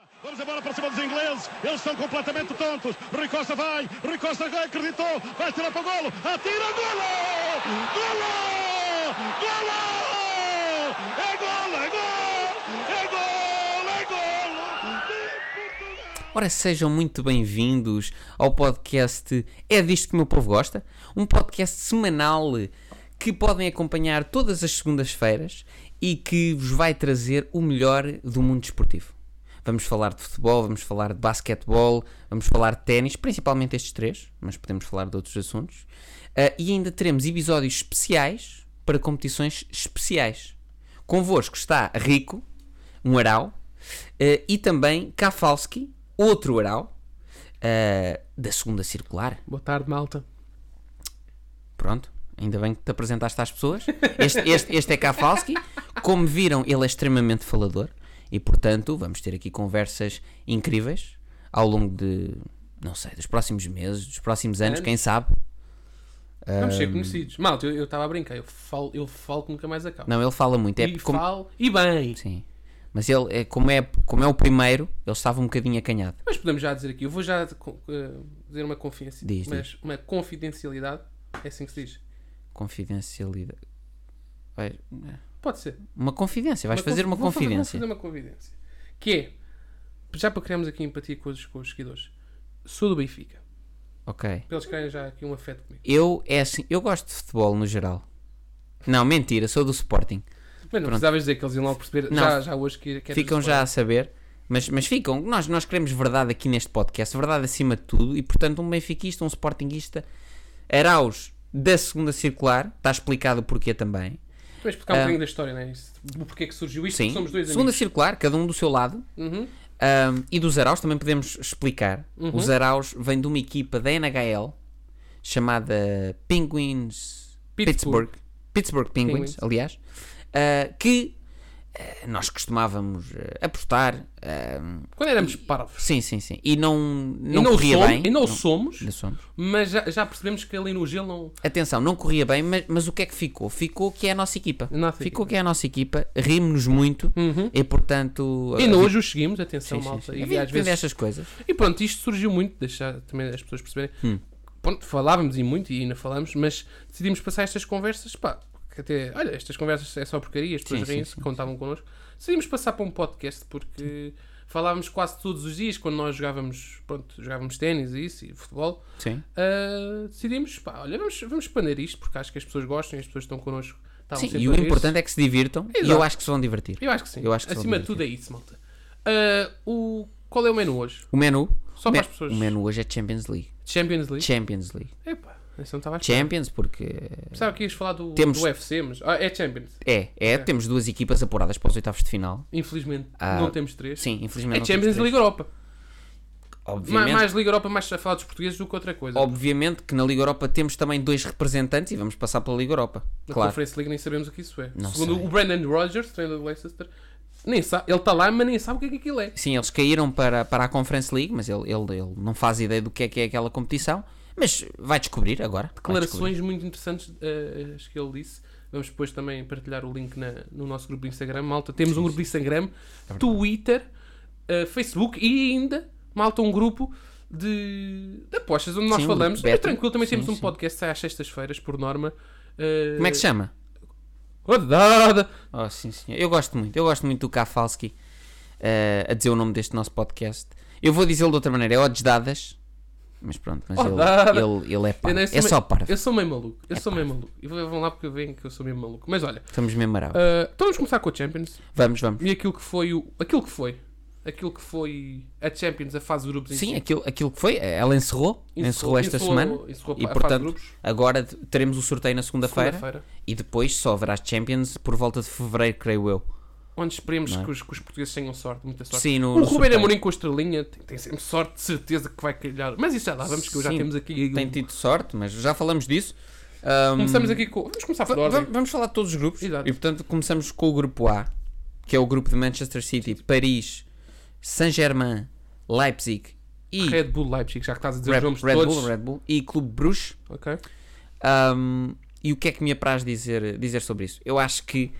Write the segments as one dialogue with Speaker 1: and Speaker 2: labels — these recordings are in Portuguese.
Speaker 1: a bola para cima dos ingleses. Eles estão completamente tontos. Ricosta vai, Ricosta acreditou, vai tirar para o golo. Atira, golo! Golo! Golo! É golo, é gol! É gol, é gol!
Speaker 2: Ora, sejam muito bem-vindos ao podcast É Disto que o Meu Povo Gosta, um podcast semanal que podem acompanhar todas as segundas-feiras e que vos vai trazer o melhor do mundo desportivo. Vamos falar de futebol, vamos falar de basquetebol, vamos falar de ténis, principalmente estes três, mas podemos falar de outros assuntos. Ah, e ainda teremos episódios especiais para competições especiais. Convosco está Rico, um arau, eh, e também Kafalski, outro arau, eh, da segunda circular.
Speaker 3: Boa tarde, malta.
Speaker 2: Pronto, ainda bem que te apresentaste às pessoas. Este, este, este é Kafalski. Como viram, ele é extremamente falador e, portanto, vamos ter aqui conversas incríveis ao longo de, não sei, dos próximos meses, dos próximos anos,
Speaker 3: Anos.
Speaker 2: quem sabe.
Speaker 3: Vamos ser conhecidos. Malta, eu estava a brincar. Eu falo, eu falo que nunca mais acabo.
Speaker 2: Não, ele fala muito. É
Speaker 3: e
Speaker 2: como-
Speaker 3: falo, e bem.
Speaker 2: Sim. Mas ele, é, como, é, como é o primeiro, ele estava um bocadinho acanhado.
Speaker 3: Mas podemos já dizer aqui. Eu vou já co- eh, dizer uma confiança.
Speaker 2: Diz,
Speaker 3: mas uma confidencialidade. É assim que se diz.
Speaker 2: Confidencialidade. Vai-
Speaker 3: Pode ser.
Speaker 2: Uma confidência, vais
Speaker 3: Uma
Speaker 2: fazer
Speaker 3: confi-
Speaker 2: uma
Speaker 3: vou fazer-
Speaker 2: confidência.
Speaker 3: Vou fazer uma confidência. Que é, já para criarmos aqui empatia com os, com os seguidores, sou do Benfica.
Speaker 2: Ok.
Speaker 3: Para eles criarem já aqui um afeto comigo.
Speaker 2: Eu é assim, eu gosto de futebol no geral. Não, mentira, sou do Sporting.
Speaker 3: Mas não precisavas dizer que eles iam logo perceber
Speaker 2: Não.
Speaker 3: já, já hoje que, que eras
Speaker 2: ficam
Speaker 3: é do
Speaker 2: já a saber, mas, mas ficam. Nós, nós queremos verdade aqui neste podcast, verdade acima de tudo, e portanto, um benfiquista, um sportinguista, Araus da segunda circular, está explicado o porquê também.
Speaker 3: Sporting. Mas explicar um bocadinho da história, não é? Isso- O porquê é que surgiu isto?
Speaker 2: ah, Sim,
Speaker 3: porque Somos dois
Speaker 2: segunda
Speaker 3: amigos.
Speaker 2: circular, cada um do seu lado.
Speaker 3: Uhum.
Speaker 2: Ahm, e dos Araus também podemos explicar. Os Araus vêm de uma equipa da NHL chamada Penguins
Speaker 3: Pittsburgh.
Speaker 2: Pittsburgh. Pittsburgh Penguins,
Speaker 3: Penguins.
Speaker 2: aliás, ah, que ah, nós costumávamos ah, apostar. ah,
Speaker 3: Quando éramos parvos.
Speaker 2: sim, sim, sim. E não, não,
Speaker 3: e não
Speaker 2: corria
Speaker 3: somos,
Speaker 2: bem.
Speaker 3: E não, somos,
Speaker 2: ainda somos.
Speaker 3: mas já, já percebemos que ali no gelo não.
Speaker 2: Atenção, não corria bem, mas, mas o que é que ficou? Ficou que é a nossa equipa.
Speaker 3: Nossa Uhum.
Speaker 2: ficou que é a nossa equipa, rimos-nos muito e portanto.
Speaker 3: E
Speaker 2: havia-
Speaker 3: hoje os seguimos, atenção,
Speaker 2: Uhum. sim, sim,
Speaker 3: malta.
Speaker 2: sim.
Speaker 3: E,
Speaker 2: Havia
Speaker 3: às vezes...
Speaker 2: destas coisas.
Speaker 3: e pronto, isto surgiu muito, deixar também as pessoas perceberem.
Speaker 2: Hum.
Speaker 3: Pronto, falávamos e muito, e ainda falamos, mas decidimos passar estas conversas, pá, que até, olha, estas conversas é só porcaria, as pessoas
Speaker 2: Sim,
Speaker 3: riem-se, contavam connosco. Decidimos passar para um podcast porque falávamos quase todos os dias quando nós jogávamos, pronto, jogávamos ténis e isso, e futebol.
Speaker 2: Sim.
Speaker 3: Uh, decidimos, pá, olha, vamos, vamos expandir isto porque acho que as pessoas gostam e as pessoas estão connosco. estavam
Speaker 2: Sim,
Speaker 3: sempre
Speaker 2: e
Speaker 3: a
Speaker 2: o
Speaker 3: ver-se.
Speaker 2: importante é que se divirtam e eu
Speaker 3: Exato.
Speaker 2: acho que se vão divertir.
Speaker 3: Eu acho que sim.
Speaker 2: Eu acho que
Speaker 3: Acima
Speaker 2: são
Speaker 3: de tudo é isso, malta. Ah, o... Qual é o menu hoje?
Speaker 2: O menu.
Speaker 3: Só
Speaker 2: o
Speaker 3: para
Speaker 2: me-
Speaker 3: as pessoas.
Speaker 2: O menu hoje é Champions League.
Speaker 3: Champions League?
Speaker 2: Champions League.
Speaker 3: Epá, isso não estava a esperar.
Speaker 2: Champions, porque.
Speaker 3: Pensava que ias falar do,
Speaker 2: Temos-
Speaker 3: do UFC, mas... Ah, é Champions.
Speaker 2: É, é, temos duas equipas apuradas para os oitavos de final.
Speaker 3: Infelizmente,
Speaker 2: Ah,
Speaker 3: não temos três.
Speaker 2: Sim, infelizmente.
Speaker 3: É
Speaker 2: não
Speaker 3: Champions
Speaker 2: temos três.
Speaker 3: League Europa.
Speaker 2: Obviamente,
Speaker 3: Mais, mais Liga Europa, mais a falar dos portugueses do que outra coisa.
Speaker 2: obviamente que na Liga Europa temos também dois representantes e vamos passar pela Liga Europa.
Speaker 3: Na
Speaker 2: claro.
Speaker 3: Conference League nem sabemos o que isso é.
Speaker 2: Não
Speaker 3: Segundo
Speaker 2: sei.
Speaker 3: o Brandon Rogers, treinador do Leicester, nem sabe, ele está lá, mas nem sabe o que é que aquilo é.
Speaker 2: Sim, eles caíram para, para a Conference League, mas ele, ele, ele não faz ideia do que é que é aquela competição. Mas vai descobrir agora. vai descobrir.
Speaker 3: declarações muito interessantes eh, as que ele disse. Vamos depois também partilhar o link na- no nosso grupo de Instagram. Malta, temos um grupo de Instagram,
Speaker 2: Tá
Speaker 3: Twitter, eh, Facebook e ainda, malta, um grupo de, de apostas onde nós
Speaker 2: Sim, um
Speaker 3: falamos.
Speaker 2: grupo de
Speaker 3: Mas tranquilo, também
Speaker 2: betting.
Speaker 3: temos
Speaker 2: Sim,
Speaker 3: um
Speaker 2: sim.
Speaker 3: podcast que sai às sextas-feiras, por norma. Eh,
Speaker 2: Como é que se chama?
Speaker 3: chama?
Speaker 2: Oh, sim, senhor. Eu gosto muito. Eu gosto muito do Kafalski eh, a dizer o nome deste nosso podcast. Eu vou dizê-lo de outra maneira. É Odds Dadas. Mas pronto, mas
Speaker 3: Oh,
Speaker 2: ele,
Speaker 3: dada.
Speaker 2: ele, ele é
Speaker 3: Eu
Speaker 2: parvo.
Speaker 3: não- eu sou
Speaker 2: É
Speaker 3: meio-
Speaker 2: só parvo.
Speaker 3: Eu sou meio maluco. Eu sou meio maluco. E vão lá porque veem que eu sou meio maluco. Mas olha,
Speaker 2: Estamos mesmo maravilhosos.
Speaker 3: eh, então vamos começar com a Champions.
Speaker 2: Vamos, vamos.
Speaker 3: E aquilo que foi o. Aquilo que foi. Aquilo que foi a Champions, a fase de grupos em si.
Speaker 2: Sim, aquilo, aquilo que foi. eh, Ela encerrou. Encerrou, esta
Speaker 3: encerrou-
Speaker 2: semana.
Speaker 3: encerrou
Speaker 2: e
Speaker 3: a fase de
Speaker 2: portanto,
Speaker 3: grupos.
Speaker 2: agora t- teremos o sorteio na segunda-feira.
Speaker 3: Segunda-feira.
Speaker 2: e depois só haverá as Champions por volta de fevereiro, creio eu.
Speaker 3: Onde esperemos que, os, que os portugueses tenham sorte, muita sorte.
Speaker 2: é? Sim, no-
Speaker 3: o
Speaker 2: no
Speaker 3: Ruben é
Speaker 2: sorteio.
Speaker 3: Amorim com a estrelinha tem, tem sempre sorte, de certeza que vai calhar. Mas isso já lá, vamos que já
Speaker 2: Sim,
Speaker 3: temos aqui. um-
Speaker 2: Tem tido sorte, mas já falamos disso. Ahm,
Speaker 3: Começamos aqui com. Vamos começar por
Speaker 2: Va- va-
Speaker 3: ordem.
Speaker 2: vamos falar de todos os grupos.
Speaker 3: Exato.
Speaker 2: E portanto começamos com o grupo A, que é o grupo de Manchester City, Paris, Saint-Germain, Leipzig e
Speaker 3: Red Bull Leipzig, já que estás a dizer
Speaker 2: Red,
Speaker 3: os nomes de
Speaker 2: Red
Speaker 3: todos.
Speaker 2: Bull, Red Bull e Clube Bruges.
Speaker 3: Ok.
Speaker 2: Ahm, e o que é que me apraz dizer, dizer sobre isso? Eu acho que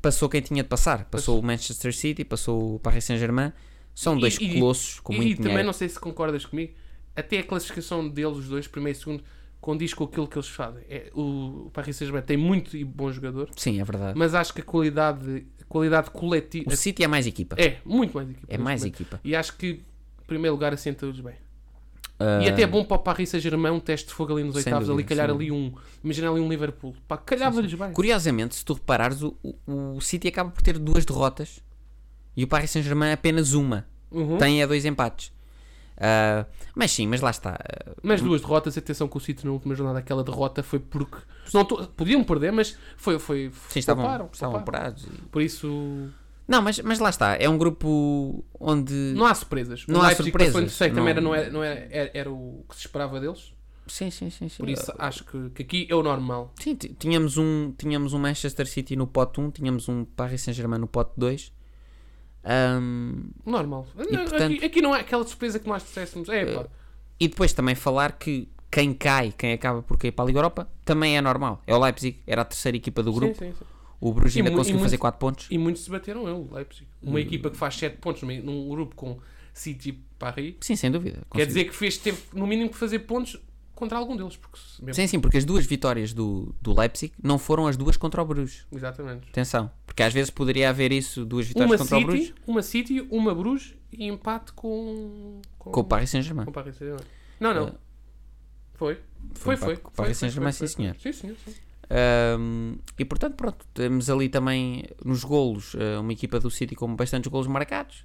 Speaker 2: passou quem tinha de passar. Passou o Manchester City, passou o Paris Saint-Germain, São
Speaker 3: E-
Speaker 2: dois
Speaker 3: e-
Speaker 2: colossos com
Speaker 3: e
Speaker 2: muito
Speaker 3: também
Speaker 2: dinheiro.
Speaker 3: não sei se concordas comigo, até a classificação deles, os dois, primeiro e segundo, condiz com aquilo que eles fazem. É, o, o Paris Saint-Germain tem muito e bom jogador,
Speaker 2: Sim, é verdade.
Speaker 3: mas acho que a qualidade, a qualidade coletiva
Speaker 2: O City é mais equipa.
Speaker 3: é muito mais equipa.
Speaker 2: É mais
Speaker 3: neste
Speaker 2: equipa.
Speaker 3: momento. E acho que, em primeiro lugar, assenta-lhes bem. E até é bom para o Paris Saint-Germain um teste de fogo ali nos
Speaker 2: Ah. Sem
Speaker 3: oitavos, ali
Speaker 2: dúvida,
Speaker 3: calhar
Speaker 2: sem
Speaker 3: ali um, imagina ali um Liverpool. Pá, calhava-lhes bem.
Speaker 2: Curiosamente, se tu reparares, o, o- o City acaba por ter duas derrotas e o Paris Saint-Germain apenas uma.
Speaker 3: Uhum.
Speaker 2: Tem é dois empates. Ah, mas sim, mas lá está. Ah,
Speaker 3: Mas duas derrotas, atenção que o City na última jornada, aquela derrota foi porque. Não tô- podiam perder, mas foi. foi
Speaker 2: Sim, estavam,
Speaker 3: pouparam,
Speaker 2: estavam
Speaker 3: pouparam.
Speaker 2: apurados e-
Speaker 3: Por isso.
Speaker 2: Não, mas, mas lá está. É um grupo onde.
Speaker 3: Não há surpresas.
Speaker 2: Não
Speaker 3: o
Speaker 2: há
Speaker 3: Leipzig
Speaker 2: surpresas,
Speaker 3: Passou em terceiro,
Speaker 2: não-
Speaker 3: também era, não era, não era, era, era o que se esperava deles.
Speaker 2: Sim, sim, sim. sim. Ah,
Speaker 3: Por isso acho que, que aqui é o normal.
Speaker 2: Sim, t- tínhamos um, tínhamos um Manchester City no pote 1, tínhamos um Paris Saint-Germain no pote 2. Ahm,
Speaker 3: Normal. Não,
Speaker 2: portanto- Eh,
Speaker 3: aqui, aqui não é aquela surpresa que nós dissessemos. É, pá.
Speaker 2: e depois também falar que quem cai, quem acaba por cair para a Liga Europa, também é normal. É o Leipzig, era a terceira equipa do grupo.
Speaker 3: Sim, sim, sim.
Speaker 2: O Bruges
Speaker 3: E
Speaker 2: ainda
Speaker 3: mu- e
Speaker 2: conseguiu
Speaker 3: muito-
Speaker 2: fazer 4 pontos.
Speaker 3: E muitos se bateram ele, Leipzig.
Speaker 2: Uhum.
Speaker 3: Uma equipa que faz 7 pontos num- num grupo com City e Paris.
Speaker 2: Sim, sem dúvida.
Speaker 3: Quer
Speaker 2: conseguiu.
Speaker 3: dizer que fez, teve no mínimo que fazer pontos contra algum deles. Porque se- mesmo-
Speaker 2: Sim, sim, porque as duas vitórias do, do Leipzig não foram as duas contra o Bruges.
Speaker 3: Exatamente.
Speaker 2: Atenção, porque às vezes poderia haver isso, duas vitórias
Speaker 3: Uma
Speaker 2: contra o Bruges
Speaker 3: City, uma City, uma Bruges e empate com.
Speaker 2: com o Paris Saint-Germain.
Speaker 3: com o Paris Saint-Germain. Não, não. Foi.
Speaker 2: foi
Speaker 3: Foi,
Speaker 2: um
Speaker 3: foi.
Speaker 2: empate com o
Speaker 3: Foi,
Speaker 2: Paris
Speaker 3: foi,
Speaker 2: Saint-Germain,
Speaker 3: foi,
Speaker 2: sim,
Speaker 3: foi.
Speaker 2: senhor.
Speaker 3: Sim, senhor. sim.
Speaker 2: Um, e portanto, pronto, temos ali também nos golos uh, uma equipa do City com bastantes golos marcados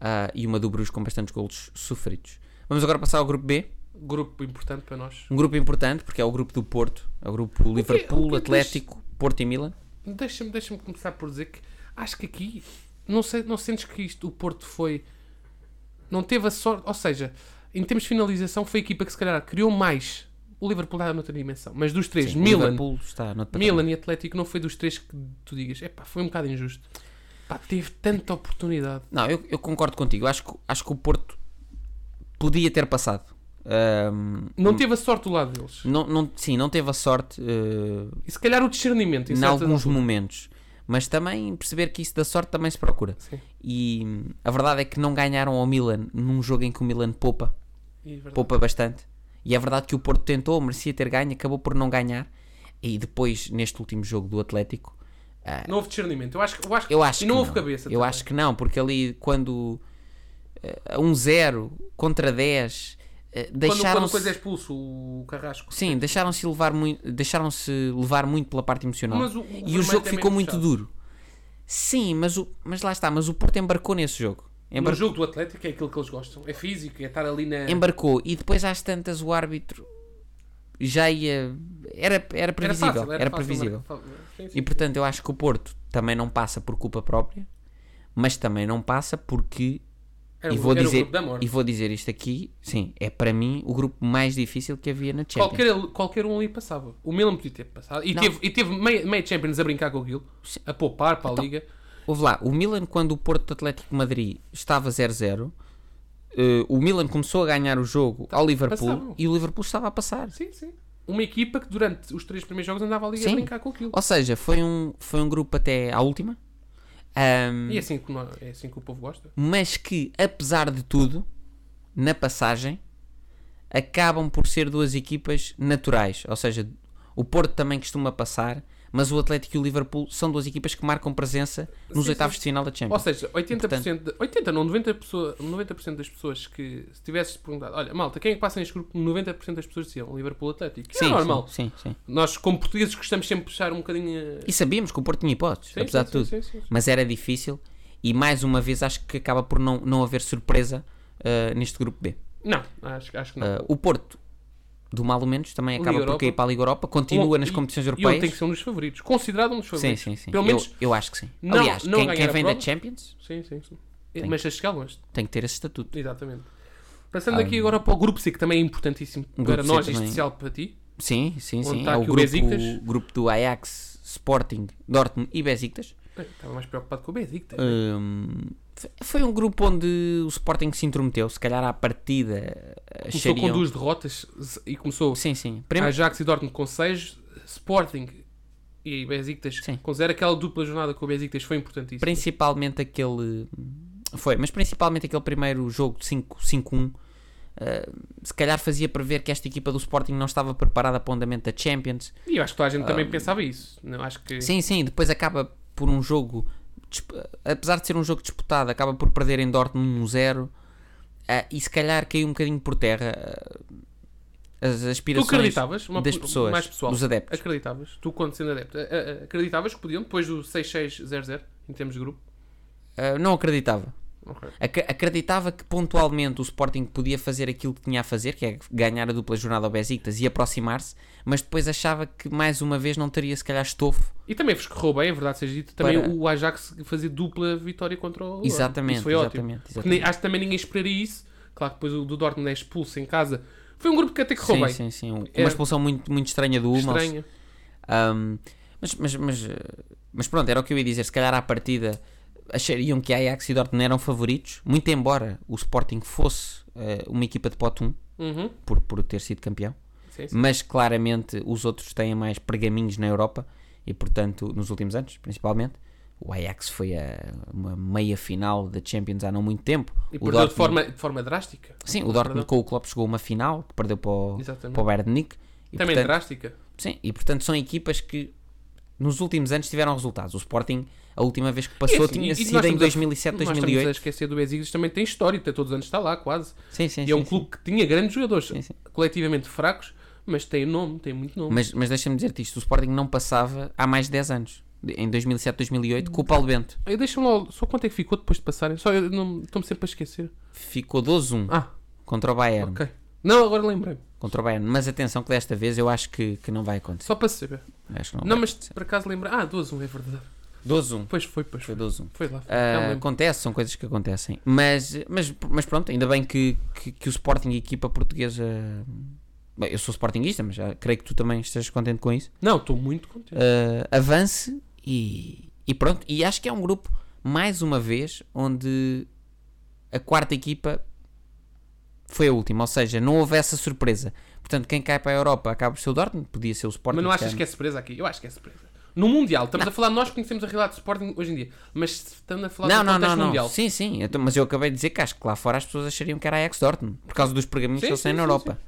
Speaker 2: ah, e uma do Bruges com bastantes golos sofridos. Vamos agora passar ao grupo B,
Speaker 3: Grupo importante para nós.
Speaker 2: um grupo importante porque é o grupo do Porto, é o grupo Liverpool,
Speaker 3: o que é que
Speaker 2: Atlético, Porto e Milan.
Speaker 3: Deixa-me deixa começar por dizer que acho que aqui. Não, sei, não sentes que isto, o Porto foi. Não teve a sorte. Ou seja, em termos de finalização, foi a equipa que se calhar criou mais. O Liverpool estava noutra dimensão. Mas dos três,
Speaker 2: Sim, o
Speaker 3: Milan,
Speaker 2: Liverpool está no outro patamar.
Speaker 3: Milan e Atlético, não foi dos três que tu digas. Epá, foi um bocado injusto. Pá, teve tanta oportunidade.
Speaker 2: Não, eu, eu concordo contigo. Acho que, acho que o Porto podia ter passado. Ahm,
Speaker 3: Não teve a sorte do lado deles.
Speaker 2: não, não, sim, não teve a sorte eh,
Speaker 3: E se calhar o discernimento. Em
Speaker 2: em
Speaker 3: certas
Speaker 2: alguns
Speaker 3: alturas.
Speaker 2: momentos, mas também perceber que isso da sorte também se procura.
Speaker 3: Sim,
Speaker 2: E hum, a verdade é que não ganharam ao Milan num jogo em que o Milan poupa,
Speaker 3: é verdade.
Speaker 2: poupa bastante. E é verdade que o Porto tentou, merecia ter ganho, acabou por não ganhar. E depois, neste último jogo do Atlético,
Speaker 3: Não houve discernimento. Eu acho, que- eu acho, que-
Speaker 2: É. eu acho
Speaker 3: e
Speaker 2: que
Speaker 3: não houve cabeça.
Speaker 2: Eu
Speaker 3: também.
Speaker 2: acho que não, porque ali quando eh, a um 0 contra 10 eh,
Speaker 3: quando, quando
Speaker 2: deixaram-se
Speaker 3: coisa é expulso, o Carrasco.
Speaker 2: Sim, deixaram-se levar muito, deixaram-se levar muito pela parte emocional.
Speaker 3: Mas o- o
Speaker 2: e o
Speaker 3: vermelho
Speaker 2: jogo
Speaker 3: também
Speaker 2: ficou
Speaker 3: é
Speaker 2: muito
Speaker 3: puxado.
Speaker 2: duro. Sim, mas o mas lá está, mas o Porto embarcou nesse jogo.
Speaker 3: No
Speaker 2: Embar-
Speaker 3: jogo do Atlético é aquilo que eles gostam. É físico, é estar ali na.
Speaker 2: Embarcou e depois às tantas o árbitro já ia era era
Speaker 3: Era
Speaker 2: previsível, era,
Speaker 3: fácil, era, fácil,
Speaker 2: previsível.
Speaker 3: era fácil. Sim, sim.
Speaker 2: E portanto eu acho que o Porto também não passa por culpa própria, mas também não passa porque
Speaker 3: Era
Speaker 2: e
Speaker 3: o-
Speaker 2: vou
Speaker 3: era o
Speaker 2: dizer
Speaker 3: grupo da morte.
Speaker 2: e vou dizer isto aqui, sim, é para mim o grupo mais difícil que havia na Champions.
Speaker 3: Qualquer, qualquer um ali passava. O Milan podia ter passado. E
Speaker 2: Não.
Speaker 3: teve, e teve meio, meio Champions a brincar com aquilo, a poupar para a
Speaker 2: Então.
Speaker 3: Liga.
Speaker 2: Houve lá, o Milan, quando o Porto Atlético de Madrid estava 0-0, eh, o Milan começou a ganhar o jogo
Speaker 3: Tá,
Speaker 2: ao Liverpool
Speaker 3: passavam.
Speaker 2: e o Liverpool estava a passar.
Speaker 3: Sim, sim. Uma equipa que durante os três primeiros jogos andava ali
Speaker 2: Sim.
Speaker 3: a brincar com aquilo.
Speaker 2: Ou seja, foi um, foi um grupo até à última, ahm,
Speaker 3: E é assim, que, nó- é assim que o povo gosta.
Speaker 2: mas que, apesar de tudo, na passagem, acabam por ser duas equipas naturais. Ou seja, o Porto também costuma passar, mas o Atlético e o Liverpool são duas equipas que marcam presença nos
Speaker 3: Sim,
Speaker 2: oitavos
Speaker 3: sim.
Speaker 2: de final da Champions.
Speaker 3: Ou seja, 80%, de- 80 não, 90%, pessoa- 90 das pessoas que se tivesses perguntado, olha, malta, quem é que passa neste grupo? 90% das pessoas diziam Liverpool Atlético. Que é normal.
Speaker 2: Sim, sim, sim.
Speaker 3: Nós, como portugueses, gostamos sempre de puxar um bocadinho. a-
Speaker 2: E sabíamos que o Porto tinha hipóteses,
Speaker 3: Sim,
Speaker 2: apesar
Speaker 3: sim,
Speaker 2: de tudo.
Speaker 3: sim, sim, sim.
Speaker 2: Mas era difícil e mais uma vez acho que acaba por não, não haver surpresa ah, neste grupo B.
Speaker 3: Não, acho, acho que não.
Speaker 2: Ah, o Porto, do mal ou menos, também
Speaker 3: Liga
Speaker 2: acaba por
Speaker 3: Europa.
Speaker 2: cair para a Liga Europa, continua
Speaker 3: Um-
Speaker 2: nas
Speaker 3: e-
Speaker 2: competições
Speaker 3: E ele tem
Speaker 2: europeias.
Speaker 3: que ser um dos favoritos. Considerado um dos
Speaker 2: Sim,
Speaker 3: favoritos.
Speaker 2: sim, sim.
Speaker 3: Pelo
Speaker 2: Eu-
Speaker 3: menos.
Speaker 2: eu, acho que sim.
Speaker 3: não-
Speaker 2: Aliás,
Speaker 3: não
Speaker 2: quem,
Speaker 3: ganhar
Speaker 2: quem
Speaker 3: a
Speaker 2: vem da
Speaker 3: prova.
Speaker 2: Champions
Speaker 3: Sim, sim, sim.
Speaker 2: Tem-
Speaker 3: Mas a chegar longe.
Speaker 2: tem que ter esse estatuto.
Speaker 3: Exatamente. Passando aqui agora para o grupo C, que também é importantíssimo
Speaker 2: Ah. Um Grupo
Speaker 3: para
Speaker 2: C
Speaker 3: nós,
Speaker 2: também.
Speaker 3: e especial para ti.
Speaker 2: Sim, sim,
Speaker 3: Onde
Speaker 2: sim.
Speaker 3: está
Speaker 2: é o
Speaker 3: aqui o
Speaker 2: grupo,
Speaker 3: Besiktas?
Speaker 2: grupo do Ajax, Sporting, Dortmund e Besiktas.
Speaker 3: Bem, Estava mais preocupado com o Benedicta.
Speaker 2: Hum, f- foi um grupo onde o Sporting se intrometeu. Se calhar à partida
Speaker 3: começou
Speaker 2: achariam...
Speaker 3: com duas derrotas z- e começou
Speaker 2: Sim, sim. Prime-
Speaker 3: Ajax e Dortmund com 6, Sporting e Besiktas
Speaker 2: Sim.
Speaker 3: com 0. Aquela dupla jornada com o Besiktas foi importantíssima.
Speaker 2: Principalmente aquele, Foi, mas principalmente aquele primeiro jogo de 5 5-1, eh, se calhar fazia prever que esta equipa do Sporting não estava preparada para o andamento da Champions.
Speaker 3: E eu acho que toda a gente
Speaker 2: Ah,
Speaker 3: também pensava isso. Não, acho que
Speaker 2: Sim, sim, depois acaba por um jogo, disp- apesar de ser um jogo disputado, acaba por perder em Dortmund 1-0 ah, e se calhar caiu um bocadinho por terra ah, as
Speaker 3: tu
Speaker 2: aspirações
Speaker 3: acreditavas, uma
Speaker 2: das
Speaker 3: po-
Speaker 2: pessoas,
Speaker 3: mais pessoal,
Speaker 2: dos adeptos.
Speaker 3: acreditavas, tu quando sendo adepto, a- a- acreditavas que podiam, depois do 6-6-0-0, em termos de grupo?
Speaker 2: Ah, não acreditava.
Speaker 3: Ok.
Speaker 2: Ac- acreditava que pontualmente o Sporting podia fazer aquilo que tinha a fazer, que é ganhar a dupla jornada ao Besiktas e aproximar-se, mas depois achava que mais uma vez não teria se calhar estofo.
Speaker 3: E também vos correu bem, é verdade seja dito, também
Speaker 2: Para-
Speaker 3: o Ajax fazer dupla vitória contra o
Speaker 2: Exatamente,
Speaker 3: Isso foi ótimo.
Speaker 2: exatamente,
Speaker 3: Porque nem-
Speaker 2: exatamente.
Speaker 3: acho que também ninguém esperaria isso. Claro que depois o do Dortmund é expulso em casa. Foi um grupo que até correu
Speaker 2: Sim,
Speaker 3: bem.
Speaker 2: sim, sim. um, Uma
Speaker 3: Era-
Speaker 2: expulsão muito, muito estranha do Hummels.
Speaker 3: Estranho.
Speaker 2: Um, mas, mas, mas, eh, mas pronto, era o que eu ia dizer. Se calhar à partida achariam que Ajax e Dortmund eram favoritos, muito embora o Sporting fosse eh, uma equipa de pote 1
Speaker 3: Uhum.
Speaker 2: por, por ter sido campeão,
Speaker 3: Sim, sim.
Speaker 2: mas claramente os outros têm mais pergaminhos na Europa e, portanto, nos últimos anos, principalmente. O Ajax foi a uma meia final da Champions há não muito tempo.
Speaker 3: E
Speaker 2: O
Speaker 3: perdeu
Speaker 2: Dortmund-
Speaker 3: de, forma, de forma drástica.
Speaker 2: Sim, o Dortmund
Speaker 3: Perdão.
Speaker 2: com o Klopp chegou a uma final que perdeu para o,
Speaker 3: Exatamente.
Speaker 2: para o Bayern de Munique. E,
Speaker 3: também
Speaker 2: portanto,
Speaker 3: drástica.
Speaker 2: Sim, e portanto são equipas que nos últimos anos tiveram resultados. O Sporting, a última vez que
Speaker 3: E
Speaker 2: passou,
Speaker 3: assim,
Speaker 2: tinha
Speaker 3: e- e nós
Speaker 2: sido em
Speaker 3: estamos a-
Speaker 2: 2007,
Speaker 3: Nós estamos a
Speaker 2: 2008.
Speaker 3: esquecer do Besiktas, também tem história, até todos os anos está lá quase.
Speaker 2: Sim, sim,
Speaker 3: e
Speaker 2: sim,
Speaker 3: é um
Speaker 2: sim.
Speaker 3: clube que tinha grandes jogadores,
Speaker 2: Sim, sim.
Speaker 3: coletivamente fracos, mas tem nome, tem muito nome.
Speaker 2: Mas, mas deixa-me dizer-te isto: o Sporting não passava há mais de 10 anos, de- em 2007, 2008, com o Paulo Bento.
Speaker 3: Aí Deixa-me lá, só quanto é que ficou depois de passarem? Só eu não- estou-me sempre a esquecer.
Speaker 2: Ficou 12-1
Speaker 3: Ah,
Speaker 2: contra o Bayern.
Speaker 3: ok. Não, agora lembrei-me.
Speaker 2: Contra o Bayern. Mas atenção, que desta vez eu acho que, que não vai acontecer.
Speaker 3: Só para saber.
Speaker 2: Acho que não
Speaker 3: Não,
Speaker 2: vai.
Speaker 3: mas por acaso lembrei. Ah, 12-1 é verdade.
Speaker 2: 12-1.
Speaker 3: Pois foi, pois
Speaker 2: Foi
Speaker 3: foi.
Speaker 2: 12-1.
Speaker 3: Foi lá. foi. Já me
Speaker 2: Ah,
Speaker 3: lembro.
Speaker 2: acontece, são coisas que acontecem. Mas, mas, mas pronto, ainda bem que, que, que o Sporting, a equipa portuguesa. Bem, eu sou Sportingista, mas já creio que tu também estejas contente com isso.
Speaker 3: Não, estou muito contente.
Speaker 2: Ah, avance e, e pronto. E acho que é um grupo, mais uma vez, onde a quarta equipa foi a última. Ou seja, não houve essa surpresa. Portanto, quem cai para a Europa acaba por ser o Dortmund, podia ser o Sporting.
Speaker 3: mas não
Speaker 2: se
Speaker 3: achas
Speaker 2: calhar.
Speaker 3: que é surpresa aqui? Eu acho que é surpresa. No Mundial, estamos a falar, nós conhecemos a realidade do Sporting hoje em dia, mas estamos a falar
Speaker 2: Não,
Speaker 3: do
Speaker 2: não, não,
Speaker 3: contexto
Speaker 2: não.
Speaker 3: mundial.
Speaker 2: Sim, sim. Eu tô- mas eu acabei de dizer que acho que lá fora as pessoas achariam que era Ajax Dortmund por causa dos pergaminhos
Speaker 3: Sim,
Speaker 2: que eles
Speaker 3: sim,
Speaker 2: têm na
Speaker 3: sim,
Speaker 2: Europa.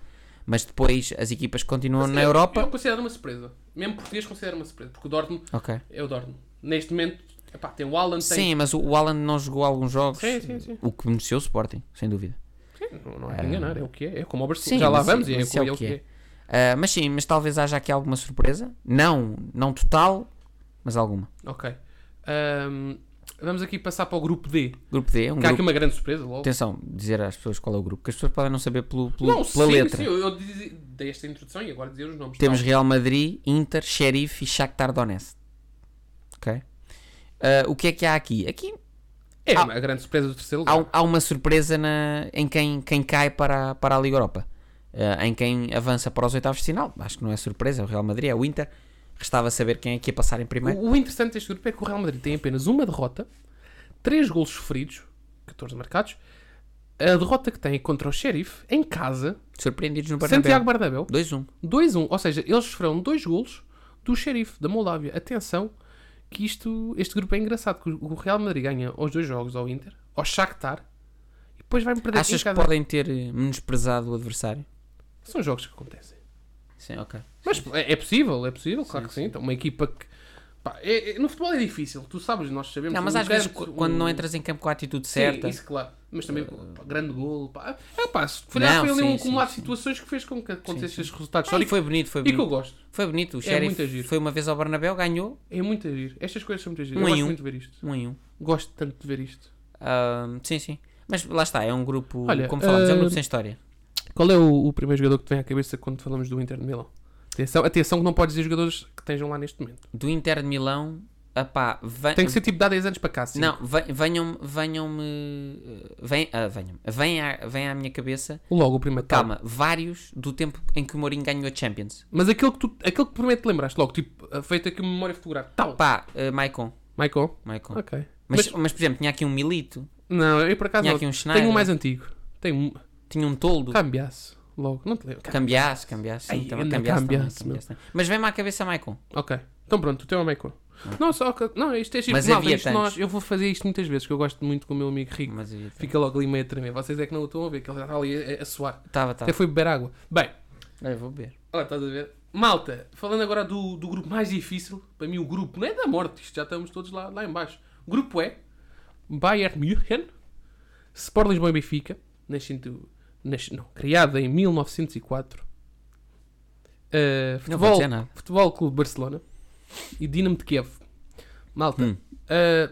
Speaker 2: Mas depois as equipas continuam na
Speaker 3: Eu-
Speaker 2: Europa.
Speaker 3: Eu considero uma surpresa. Mesmo português considero uma surpresa, porque o Dortmund
Speaker 2: Ok.
Speaker 3: é o Dortmund. Neste momento, epá, tem o Alan, tem.
Speaker 2: Sim, mas o, o Alan não jogou alguns jogos.
Speaker 3: Sim, sim, sim.
Speaker 2: O que beneficiou o Sporting, sem dúvida.
Speaker 3: Sim, Não, não é para enganar, é o que é. É como o Barcelona.
Speaker 2: Sim,
Speaker 3: Já lá
Speaker 2: mas-
Speaker 3: vamos e é,
Speaker 2: mas
Speaker 3: o- é o que é.
Speaker 2: Ah, mas sim, mas talvez haja aqui alguma surpresa. Não, não total, mas alguma.
Speaker 3: é. Ok. Ahm, vamos aqui passar para o grupo D.
Speaker 2: Grupo D, é um
Speaker 3: Que há aqui
Speaker 2: grupo.
Speaker 3: uma grande surpresa logo.
Speaker 2: Atenção, dizer às pessoas qual é o grupo, que as pessoas podem não saber pelo, pelo-
Speaker 3: Não,
Speaker 2: pela
Speaker 3: sim,
Speaker 2: letra.
Speaker 3: sim, eu, eu dizi- dei esta introdução e agora dizer os nomes.
Speaker 2: Temos Real Madrid, Inter, Sheriff e Shakhtar Donetsk. Ok? Ah, o que é que há aqui? Aqui
Speaker 3: É
Speaker 2: há-
Speaker 3: uma a grande surpresa do terceiro
Speaker 2: há,
Speaker 3: lugar.
Speaker 2: um- há uma surpresa na- em quem, quem cai para, a- para a Liga Europa. Ah, em quem avança para os oitavos de final. Acho que não é surpresa, é o Real Madrid, é o Inter. Restava saber quem é que ia passar em primeiro.
Speaker 3: O, o interessante deste grupo é que o Real Madrid tem apenas uma derrota, três golos sofridos, 14 marcados. A derrota que tem contra o Sheriff em casa,
Speaker 2: Surpreendidos no Bernabéu.
Speaker 3: Santiago Bernabéu,
Speaker 2: 2-1.
Speaker 3: 2-1. Ou seja, eles sofreram dois golos do Sheriff da Moldávia. Atenção, que isto, este grupo é engraçado. Que o o Real Madrid ganha os dois jogos ao Inter, ao Shakhtar, e depois vai-me perder em
Speaker 2: Achas que
Speaker 3: casa.
Speaker 2: podem ter eh, menosprezado o adversário?
Speaker 3: São jogos que acontecem.
Speaker 2: Sim, ok.
Speaker 3: Mas é, é possível, é possível, claro que sim. Então, uma equipa que. pá, é- é- no futebol é difícil, tu sabes, nós sabemos.
Speaker 2: Não, mas
Speaker 3: um
Speaker 2: às vezes
Speaker 3: grande-
Speaker 2: qu- quando
Speaker 3: um-
Speaker 2: não entras em campo com a atitude
Speaker 3: Sim,
Speaker 2: certa.
Speaker 3: isso, claro. Mas também, pá, grande golo. Pá. É, pá, se calhar
Speaker 2: Não,
Speaker 3: foi ali
Speaker 2: sim,
Speaker 3: um
Speaker 2: sim,
Speaker 3: acumulado de
Speaker 2: sim.
Speaker 3: situações que fez com que acontecesse
Speaker 2: sim.
Speaker 3: estes
Speaker 2: Ah,
Speaker 3: resultados
Speaker 2: e
Speaker 3: históricos.
Speaker 2: foi bonito, foi
Speaker 3: E que eu
Speaker 2: bonito.
Speaker 3: gosto.
Speaker 2: Foi bonito. O
Speaker 3: É muito giro.
Speaker 2: Sheriff foi uma vez ao Bernabéu, ganhou
Speaker 3: É muito agir. Estas coisas são muito agir.
Speaker 2: Um
Speaker 3: eu
Speaker 2: em
Speaker 3: gosto
Speaker 2: um.
Speaker 3: muito de ver isto.
Speaker 2: 1 em 1.
Speaker 3: Gosto tanto de ver isto.
Speaker 2: Ahm, sim, sim. Mas lá está, é um grupo,
Speaker 3: Olha, ah,
Speaker 2: como falámos, é um
Speaker 3: ahm,
Speaker 2: grupo sem história.
Speaker 3: Qual é o, o primeiro jogador que te vem à cabeça quando falamos do Inter de Milão? Atenção, atenção que não podes dizer jogadores que estejam lá neste momento.
Speaker 2: Do Inter de Milão, apá, ven...
Speaker 3: Tem que ser tipo de há 10 anos para cá, sim.
Speaker 2: Não, ven- venham-me, venham-me, eh, vem, ah, venham vem, à, vem à minha cabeça,
Speaker 3: Logo o primeiro. Tá.
Speaker 2: calma, vários do tempo em que o Mourinho ganhou a Champions.
Speaker 3: Mas aquele que, tu, aquele que primeiro te lembraste logo, tipo, uh, feito aqui uma memória fotográfica. Tal.
Speaker 2: Pá, eh, Maicon,
Speaker 3: Michael?
Speaker 2: Maicon.
Speaker 3: Tá. Ok.
Speaker 2: Mas, mas, por exemplo, tinha aqui um Milito,
Speaker 3: Não, eu por acaso
Speaker 2: Tinha
Speaker 3: não.
Speaker 2: aqui um
Speaker 3: tenho
Speaker 2: Schneider.
Speaker 3: um mais antigo. Tenho um...
Speaker 2: tinha um Toldo,
Speaker 3: Cambiasse. Logo. Não te lembro.
Speaker 2: Cambiasse, Cambiasse, sim,
Speaker 3: Ai,
Speaker 2: também
Speaker 3: anda
Speaker 2: Cambiasse também,
Speaker 3: Cambiasse, meu.
Speaker 2: Cambiasse também. Mas vem-me à cabeça Maicon.
Speaker 3: Ok. Então pronto, o teu é o Michael. Não, só que- Não, isto é giro.
Speaker 2: Hum. Mas
Speaker 3: Malta,
Speaker 2: havia
Speaker 3: isto
Speaker 2: tantos.
Speaker 3: nós- eu vou fazer isto muitas vezes, que eu gosto muito com o meu amigo Rico.
Speaker 2: Mas eh, havia tantos.
Speaker 3: Fica logo ali meio a tremer. Vocês é que não o estão a ver, que ele já está ali a, a suar.
Speaker 2: Estava, estava.
Speaker 3: Até foi beber água. Bem,
Speaker 2: Olha, vou beber.
Speaker 3: olha, estás a ver? Malta, falando agora do, do grupo mais difícil, para mim o grupo não é da morte, isto já estamos todos lá, lá em baixo. O grupo é Bayern München, Sport Lisboa e Benfica, nascido, nas- não, criada em 1904. Uh,
Speaker 2: Não
Speaker 3: futebol,
Speaker 2: vou dizer nada.
Speaker 3: Futebol Clube Barcelona e Dinamo de Kiev. Malta,
Speaker 2: Hum.
Speaker 3: eh,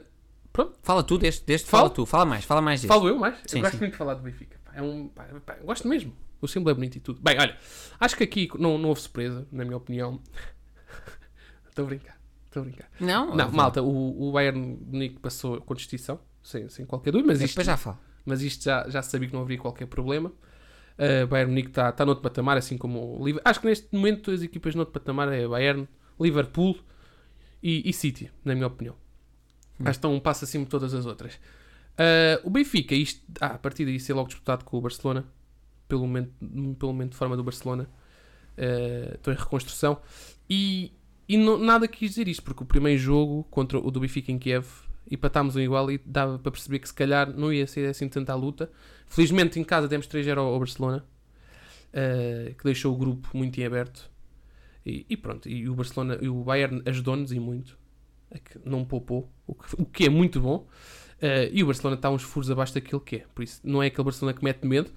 Speaker 3: pronto,
Speaker 2: Fala tu deste, deste
Speaker 3: Fala?
Speaker 2: fala tu, fala mais, fala mais deste.
Speaker 3: falo eu mais.
Speaker 2: Sim,
Speaker 3: eu gosto
Speaker 2: sim.
Speaker 3: muito de falar do Benfica. pá, É um, pá, pá, eu gosto mesmo. O símbolo é bonito e tudo. Bem, olha, acho que aqui não, não houve surpresa, na minha opinião. Estou a brincar, estou a brincar.
Speaker 2: Não,
Speaker 3: Não,
Speaker 2: eu-
Speaker 3: malta, o, o Bayern de Munique passou com distinção, sem, sem qualquer dúvida, mas
Speaker 2: eu
Speaker 3: isto,
Speaker 2: Depois já falo.
Speaker 3: mas isto já, já se sabia que não haveria qualquer problema. Uh, Bayern Munique está tá noutro patamar, assim como o Liverpool. Acho que neste momento as equipas noutro patamar é Bayern, Liverpool e, e City, na minha opinião. Acho que estão um passo acima de todas as outras. Uh, o Benfica, isto, ah, a partir daí ser logo disputado com o Barcelona, pelo momento, pelo momento de forma do Barcelona, uh, estão em reconstrução. E, e não- nada quis dizer isto, porque o primeiro jogo contra o do Benfica em Kiev empatámos um igual e dava para perceber que se calhar não ia ser assim tanta a luta. Felizmente em casa demos 3-0 ao ao Barcelona, eh, que deixou o grupo muito em aberto. E, e pronto, e o Barcelona e o Bayern ajudou-nos e muito, a que não poupou, o que, o que é muito bom. Eh, e o Barcelona está uns furos abaixo daquilo que é, por isso não é aquele Barcelona que mete medo,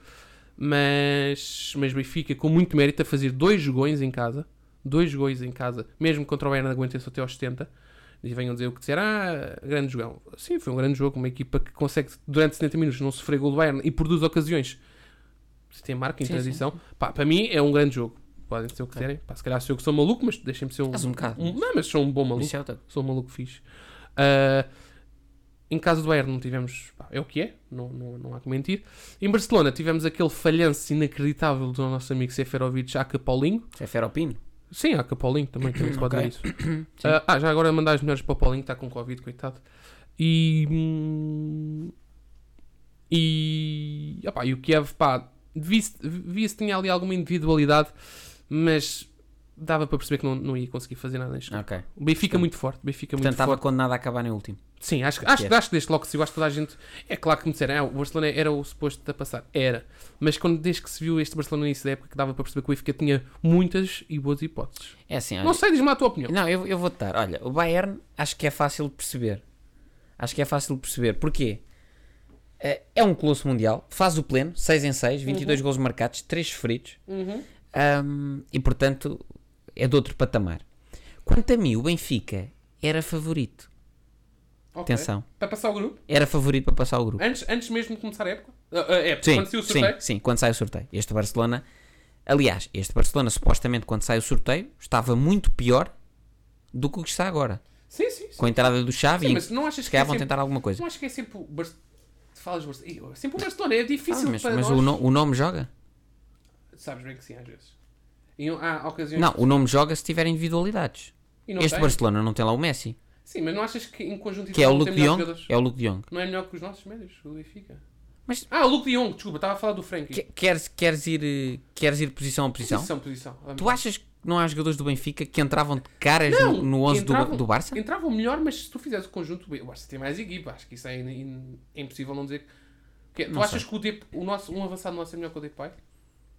Speaker 3: mas, mas Benfica com muito mérito a fazer dois jogões em casa, dois gols em casa, mesmo contra o Bayern aguentem-se até aos 70, e venham dizer o que disseram, ah, grande jogão. Sim, foi um grande jogo, uma equipa que consegue durante 70 minutos não sofrer gol do Bayern e produz ocasiões. Se tem marca em
Speaker 2: Sim,
Speaker 3: transição, pá, para mim é um grande jogo. Podem ser o que quiserem. Pá, se calhar sou eu que sou maluco, mas deixem-me ser um...
Speaker 2: Faz um bocado.
Speaker 3: um- Não, mas sou um bom maluco.
Speaker 2: Isso é outra-
Speaker 3: Sou um maluco fixe. Ah, em casa do Bayern não tivemos... pá, é o que é, não, não, não há que mentir. Em Barcelona tivemos aquele falhanço inacreditável do nosso amigo Seferovic, Aca Paulinho.
Speaker 2: É Feropino.
Speaker 3: Sim, há que o Paulinho também, também se pode
Speaker 2: Ok.
Speaker 3: dizer isso. Ah, ah, já agora mandar as melhores para o Paulinho, que está com Covid, coitado. E. hum, E. opá, e o Kiev, pá, via-se via-se que tinha ali alguma individualidade, mas dava para perceber que não, não ia conseguir fazer nada neste jogo.
Speaker 2: Ok.
Speaker 3: O Benfica é muito forte, o Benfica é
Speaker 2: Ah. Portanto, tá
Speaker 3: muito forte.
Speaker 2: estava condenado a acabar em último.
Speaker 3: Sim, acho, acho,
Speaker 2: Yes.
Speaker 3: acho que desde logo que se viu, acho que toda a gente. É claro que me disseram, ah, o Barcelona era o suposto a passar. Era. Mas quando, desde que se viu este Barcelona no início da época, que dava para perceber que o Benfica tinha muitas e boas hipóteses.
Speaker 2: É assim, olha.
Speaker 3: Não sei, diz-me a tua opinião.
Speaker 2: Não, eu, eu vou dar. Olha, o Bayern acho que é fácil de perceber. Acho que é fácil de perceber. Porquê? Eh, É um colosso mundial, faz o pleno, 6 em 6,
Speaker 3: Uhum.
Speaker 2: 22 gols marcados, 3 feridos. Ahm, e portanto é de outro patamar. Quanto a mim, o Benfica era favorito.
Speaker 3: Ok.
Speaker 2: Atenção.
Speaker 3: Para passar o grupo?
Speaker 2: Era favorito para passar o grupo.
Speaker 3: Antes, antes mesmo de começar a época? Ah, ah, época,
Speaker 2: Sim,
Speaker 3: quando se o
Speaker 2: sim,
Speaker 3: sorteio?
Speaker 2: sim, quando sai o sorteio. Este Barcelona, aliás, este Barcelona, supostamente quando sai o sorteio, estava muito pior do que o que está agora.
Speaker 3: Sim, sim. sim.
Speaker 2: Com a entrada do Xavi,
Speaker 3: Sim,
Speaker 2: em-
Speaker 3: mas não achas
Speaker 2: se
Speaker 3: que é
Speaker 2: calhar vão
Speaker 3: sempre-
Speaker 2: tentar alguma coisa. Ah,
Speaker 3: Não acho que é sempre o Barcelona. Falas Barcelona. Sempre o Barcelona, é
Speaker 2: Ah,
Speaker 3: difícil
Speaker 2: mas
Speaker 3: para
Speaker 2: mas
Speaker 3: nós.
Speaker 2: o, no- o nome joga?
Speaker 3: Sabes bem que sim, às vezes. E não- há ocasiões.
Speaker 2: Não, o nome joga se tiver individualidades.
Speaker 3: e não
Speaker 2: este
Speaker 3: tem.
Speaker 2: Barcelona não tem lá o Messi,
Speaker 3: Sim, mas não achas que em conjunto
Speaker 2: que é o
Speaker 3: não
Speaker 2: Luke
Speaker 3: tem
Speaker 2: de
Speaker 3: melhores
Speaker 2: Jong.
Speaker 3: jogadores?
Speaker 2: É o Luke de Jong.
Speaker 3: Não é melhor que os nossos médios, o Benfica.
Speaker 2: Mas-
Speaker 3: Ah, o Luke de Jong, desculpa, estava a falar do Frankie.
Speaker 2: Que- Queres, queres, ir, eh, queres ir posição a posição?
Speaker 3: Posição, posição. Vamos.
Speaker 2: Tu achas que não há jogadores do Benfica que entravam de caras no, no 11 do,
Speaker 3: entravam-
Speaker 2: do Barça?
Speaker 3: Entravam melhor, mas se tu fizeres o conjunto, o Barça tem mais equipa. Acho que isso é, in- in- é impossível não dizer. Que, é. tu
Speaker 2: Não
Speaker 3: achas que o Dep, o nosso, um avançado nosso é melhor que o Depay?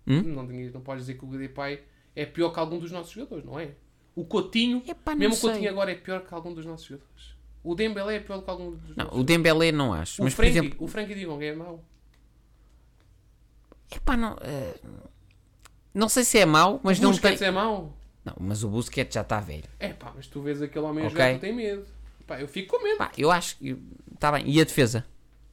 Speaker 2: Hum?
Speaker 3: Não, tinha- não podes dizer que o Depay é pior que algum dos nossos jogadores, não é? O Coutinho,
Speaker 2: Epá, não
Speaker 3: mesmo o
Speaker 2: sei.
Speaker 3: Coutinho agora é pior que algum dos nossos jogadores. O Dembélé é pior que algum dos
Speaker 2: Não,
Speaker 3: nossos
Speaker 2: o Dembélé não acho.
Speaker 3: o
Speaker 2: mas, por
Speaker 3: Frenkie-
Speaker 2: exemplo,
Speaker 3: o Frankie Digon é mau.
Speaker 2: epá, não, eh, não sei se é mau, mas não tem.
Speaker 3: Busquets é mau.
Speaker 2: Não, mas o Busquets já está velho.
Speaker 3: É pá, mas tu vês aquele homem a
Speaker 2: Ok.
Speaker 3: jogar, tu tem medo. Pá, eu fico com medo.
Speaker 2: Pá, eu acho que está bem. E a defesa?